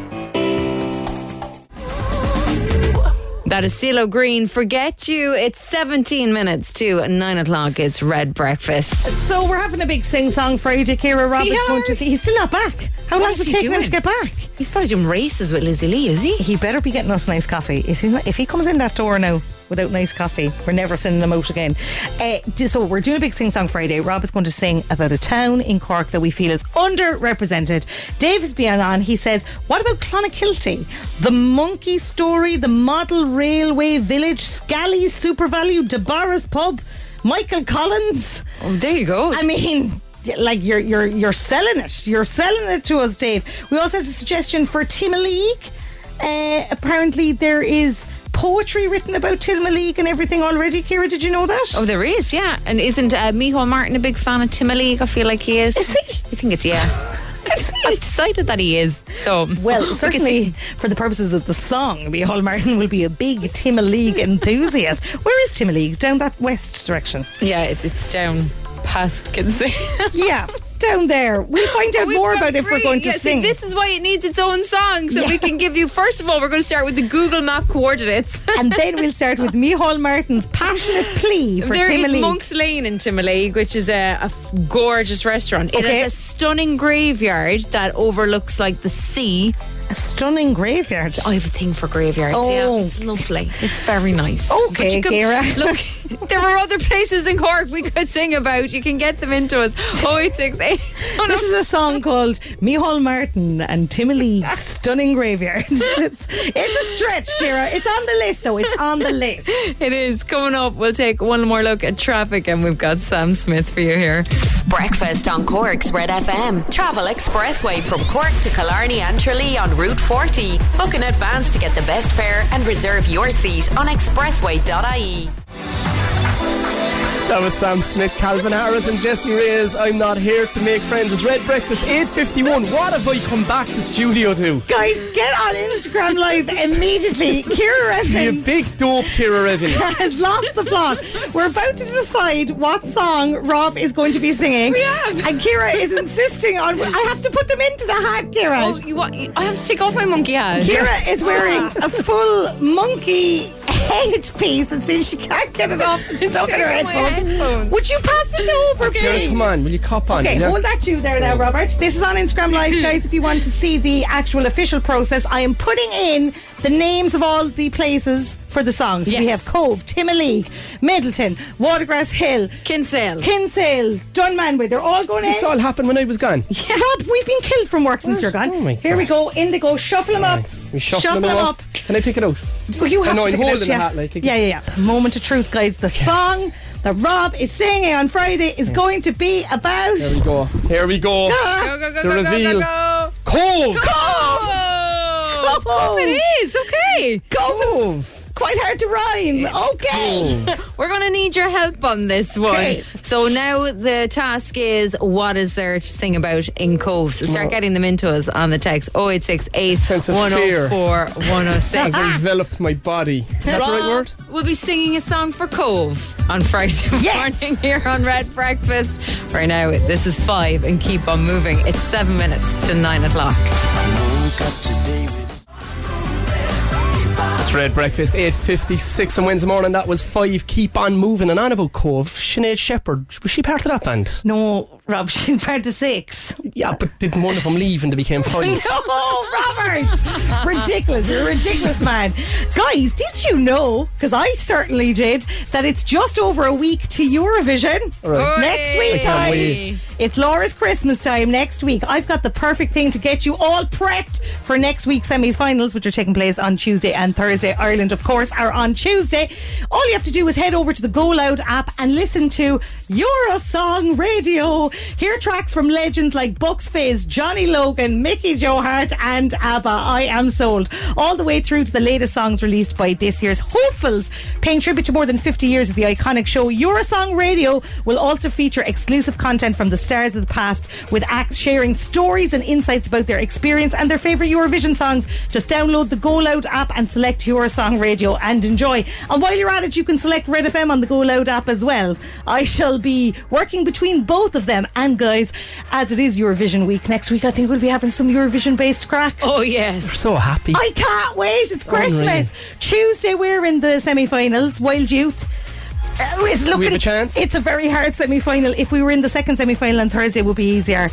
Speaker 4: That is CeeLo Green. Forget you. It's 17 minutes to 9 o'clock. It's Red Breakfast.
Speaker 3: So we're having a big sing song Friday. Kira Roberts
Speaker 4: We are.
Speaker 3: going to see. He's still not back. How
Speaker 4: What
Speaker 3: long
Speaker 4: is
Speaker 3: is it
Speaker 4: he
Speaker 3: taking him to
Speaker 4: doing?
Speaker 3: get back?
Speaker 4: He's probably doing races with Lizzie Lee, is he?
Speaker 3: He better be getting us nice coffee. If, he's not, if he comes in that door now without nice coffee, we're never sending him out again. Uh, d- so we're doing a big sing song Friday. Rob is going to sing about a town in Cork that we feel is underrepresented. Dave is being on. He says, "What about Clonakilty? The monkey story, the model railway village, Scally's Super Value, Debarra's pub, Michael Collins."
Speaker 4: Oh, there you go.
Speaker 3: I mean, like you're you're you're selling it. You're selling it to us, Dave. We also had a suggestion for Timaleague. Uh, apparently, there is poetry written about Timaleague and everything already. Kira, did you know that?
Speaker 4: oh, there is, yeah. And isn't uh, Micheál Martin a big fan of Timaleague? I feel like he is.
Speaker 3: Is he?
Speaker 4: I think it's, yeah.
Speaker 3: Is he?
Speaker 4: I've decided that he is. So,
Speaker 3: Well,
Speaker 4: we can
Speaker 3: certainly
Speaker 4: see.
Speaker 3: for the purposes of the song, Hall Martin will be a big Timaleague enthusiast. Where is Timaleague? Down that west direction.
Speaker 4: Yeah, it's, it's down past Kinsey.
Speaker 3: Yeah, down there. We'll find out
Speaker 4: We've
Speaker 3: more
Speaker 4: got
Speaker 3: about it if we're
Speaker 4: three.
Speaker 3: going to
Speaker 4: Yeah, see,
Speaker 3: sing.
Speaker 4: this is why it needs its own song. So
Speaker 3: Yeah.
Speaker 4: we can give you, first of all, we're going to start with the Google Map coordinates.
Speaker 3: and then we'll start with Hall Martin's passionate plea for
Speaker 4: There is
Speaker 3: Timaleague.
Speaker 4: Monk's Lane in Timaleague, which is a, a f- gorgeous restaurant. It
Speaker 3: Okay.
Speaker 4: has a stunning graveyard that overlooks like the sea.
Speaker 3: a stunning graveyard.
Speaker 4: I have a thing for graveyards.
Speaker 3: Oh.
Speaker 4: Yeah, it's lovely. It's very nice.
Speaker 3: Okay,
Speaker 4: But you can-
Speaker 3: Ciara.
Speaker 4: Look, there are other places in Cork we could sing about. You can get them into us. 0868. Oh, no.
Speaker 3: This is a song called Mihal Martin and Timaleague's Stunning Graveyard. It's, it's a stretch, Kira. It's on the list, though. It's on the list.
Speaker 4: It is. Coming up, we'll take one more look at traffic, and we've got Sam Smith for you here.
Speaker 1: Breakfast on Cork's Red FM. Travel expressway from Cork to Killarney and Tralee on Route 40. Book in advance to get the best fare and reserve your seat on expressway.ie.
Speaker 2: That was Sam Smith, Calvin Harris, and Jesse Reyes. I'm not here to make friends. It's Red Breakfast 8:51. What have I come back to studio to?
Speaker 3: Guys, get on Instagram Live immediately. Kira
Speaker 2: You
Speaker 3: Evans
Speaker 2: big dope, Kira Evans.
Speaker 3: has lost the plot. We're about to decide what song Rob is going to be singing.
Speaker 4: We have.
Speaker 3: And Kira is insisting on. I have to put them into the hat, Kira.
Speaker 4: Oh, you want? you- I have to take off my monkey hat.
Speaker 3: Kira is wearing a full monkey head piece. It seems she can't get it off. It's stuck in her
Speaker 4: taking
Speaker 3: headphones.
Speaker 4: my headphones.
Speaker 3: Would you pass it over,
Speaker 2: Kira,
Speaker 3: please?
Speaker 2: come on, will you cop on?
Speaker 3: Okay,
Speaker 2: yeah?
Speaker 3: hold that you there now, Robert. This is on Instagram Live, guys. If you want to see the actual official process, I am putting in the names of all the places for the songs. We
Speaker 4: Yes.
Speaker 3: have Cove, Timaleague, Middleton, Watergrass Hill,
Speaker 4: Kinsale,
Speaker 3: Kinsale, Dunmanway. They're all going
Speaker 2: This
Speaker 3: in.
Speaker 2: all happened when I was gone.
Speaker 3: Rob, we've been killed from work since you're
Speaker 2: Oh
Speaker 3: gone. Here we go. In they go. Shuffle them up.
Speaker 2: We shuffle, them, all up. Can I pick it out?
Speaker 3: Oh, you have
Speaker 2: I know,
Speaker 3: to
Speaker 2: I'm
Speaker 3: pick it out,
Speaker 2: holding
Speaker 3: yeah.
Speaker 2: the hat like.
Speaker 3: yeah, yeah, yeah. Moment of truth, guys. The song that Rob is singing on Friday is going to be about.
Speaker 2: Here we go. Here we go.
Speaker 3: Ah.
Speaker 4: Go, go, go,
Speaker 2: the
Speaker 4: go, go, go,
Speaker 2: reveal.
Speaker 4: go.
Speaker 2: Cove.
Speaker 4: Cove. Cove it is. Okay.
Speaker 3: Cove. Quite hard to rhyme. Okay.
Speaker 4: We're going to need your help on this one.
Speaker 3: Okay.
Speaker 4: So now the task is what is there to sing about in Coves? Start getting them into us on the text 0868
Speaker 2: of fear.
Speaker 4: 104 106.
Speaker 2: Has enveloped my body. Is that the right
Speaker 4: Rob
Speaker 2: word?
Speaker 4: will be singing a song for Cove on Friday morning here on Red Breakfast. Right now, this is five and keep on moving. It's seven minutes to nine o'clock.
Speaker 2: It's Red Breakfast, 8.56 on Wednesday morning. That was five. Keep on moving. And on about Cove, Sinead Shepherd, was she part of that band?
Speaker 3: No, Rob, she's part of six.
Speaker 2: Yeah, but didn't one of them leave and they became five?
Speaker 3: No, Robert! ridiculous. You're a ridiculous man. Guys, did you know? Because I certainly did, that it's just over a week to Eurovision.
Speaker 2: All right. Hooray.
Speaker 3: Next
Speaker 2: I
Speaker 3: week,
Speaker 2: can't
Speaker 3: guys.
Speaker 2: wait.
Speaker 3: It's Laura's Christmas time next week. I've got the perfect thing to get you all prepped for next week's semi finals, which are taking place on Tuesday and Thursday. Ireland, of course, are on Tuesday. All you have to do is head over to the Go Loud app and listen to Eurosong Radio. Hear tracks from legends like Bucks Fizz, Johnny Logan, Mickey Joe Hart, and ABBA. I am sold. All the way through to the latest songs released by this year's hopefuls, paying tribute to more than 50 years of the iconic show. Eurosong Radio will also feature exclusive content from the stars of the past, with acts sharing stories and insights about their experience and their favourite Eurovision songs. Just download the Go Loud app and select Eurosong Radio and enjoy. And while you're at it, you can select Red FM on the Go Loud app as well. I shall be working between both of them. And guys, as it is Eurovision week next week, I think we'll be having some Eurovision based crack.
Speaker 4: Oh, yes.
Speaker 2: We're so happy.
Speaker 3: I can't wait. It's
Speaker 2: Unreal.
Speaker 3: Christmas. Tuesday, we're in the semi finals. Wild Youth. Uh, it's
Speaker 2: We have
Speaker 3: looking,
Speaker 2: a chance?
Speaker 3: It's a very hard semi final. If we were in the second semi final on Thursday, it would be easier.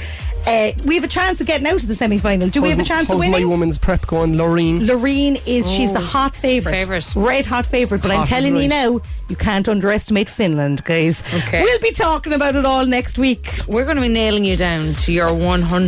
Speaker 3: Uh, we have a chance of getting out of the semi final. Do we have a chance of
Speaker 2: How's my
Speaker 3: winning?
Speaker 2: woman's prep going, Laureen?
Speaker 3: Loreen is she's the hot favorite, red hot favorite. But I'm
Speaker 2: Hot is
Speaker 3: telling you
Speaker 2: right.
Speaker 3: now, you can't underestimate Finland, guys.
Speaker 4: Okay.
Speaker 3: we'll be talking about it all next week.
Speaker 4: We're going to be nailing you down to your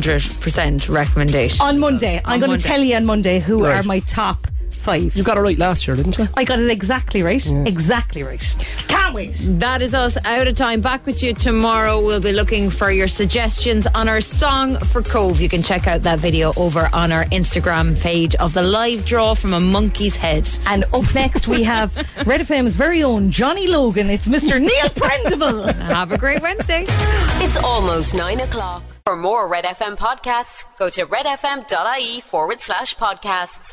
Speaker 4: 100% recommendation.
Speaker 2: Oh.
Speaker 3: On Monday, I'm going to
Speaker 4: Monday.
Speaker 3: tell you on Monday who
Speaker 4: Right.
Speaker 3: are my top five.
Speaker 2: You got it right last year, didn't you?
Speaker 3: I got it exactly right. Exactly right. Can't wait.
Speaker 4: That is us out of time. Back with you tomorrow. We'll be looking for your suggestions on our song for Cove. You can check out that video over on our Instagram page of the live draw from a monkey's head.
Speaker 3: And up next, we have Red FM's very own Johnny Logan. It's Mr. Neil Prendeville.
Speaker 4: Have a great Wednesday.
Speaker 1: It's almost nine o'clock. For more Red FM podcasts, go to redfm.ie forward E slash podcasts.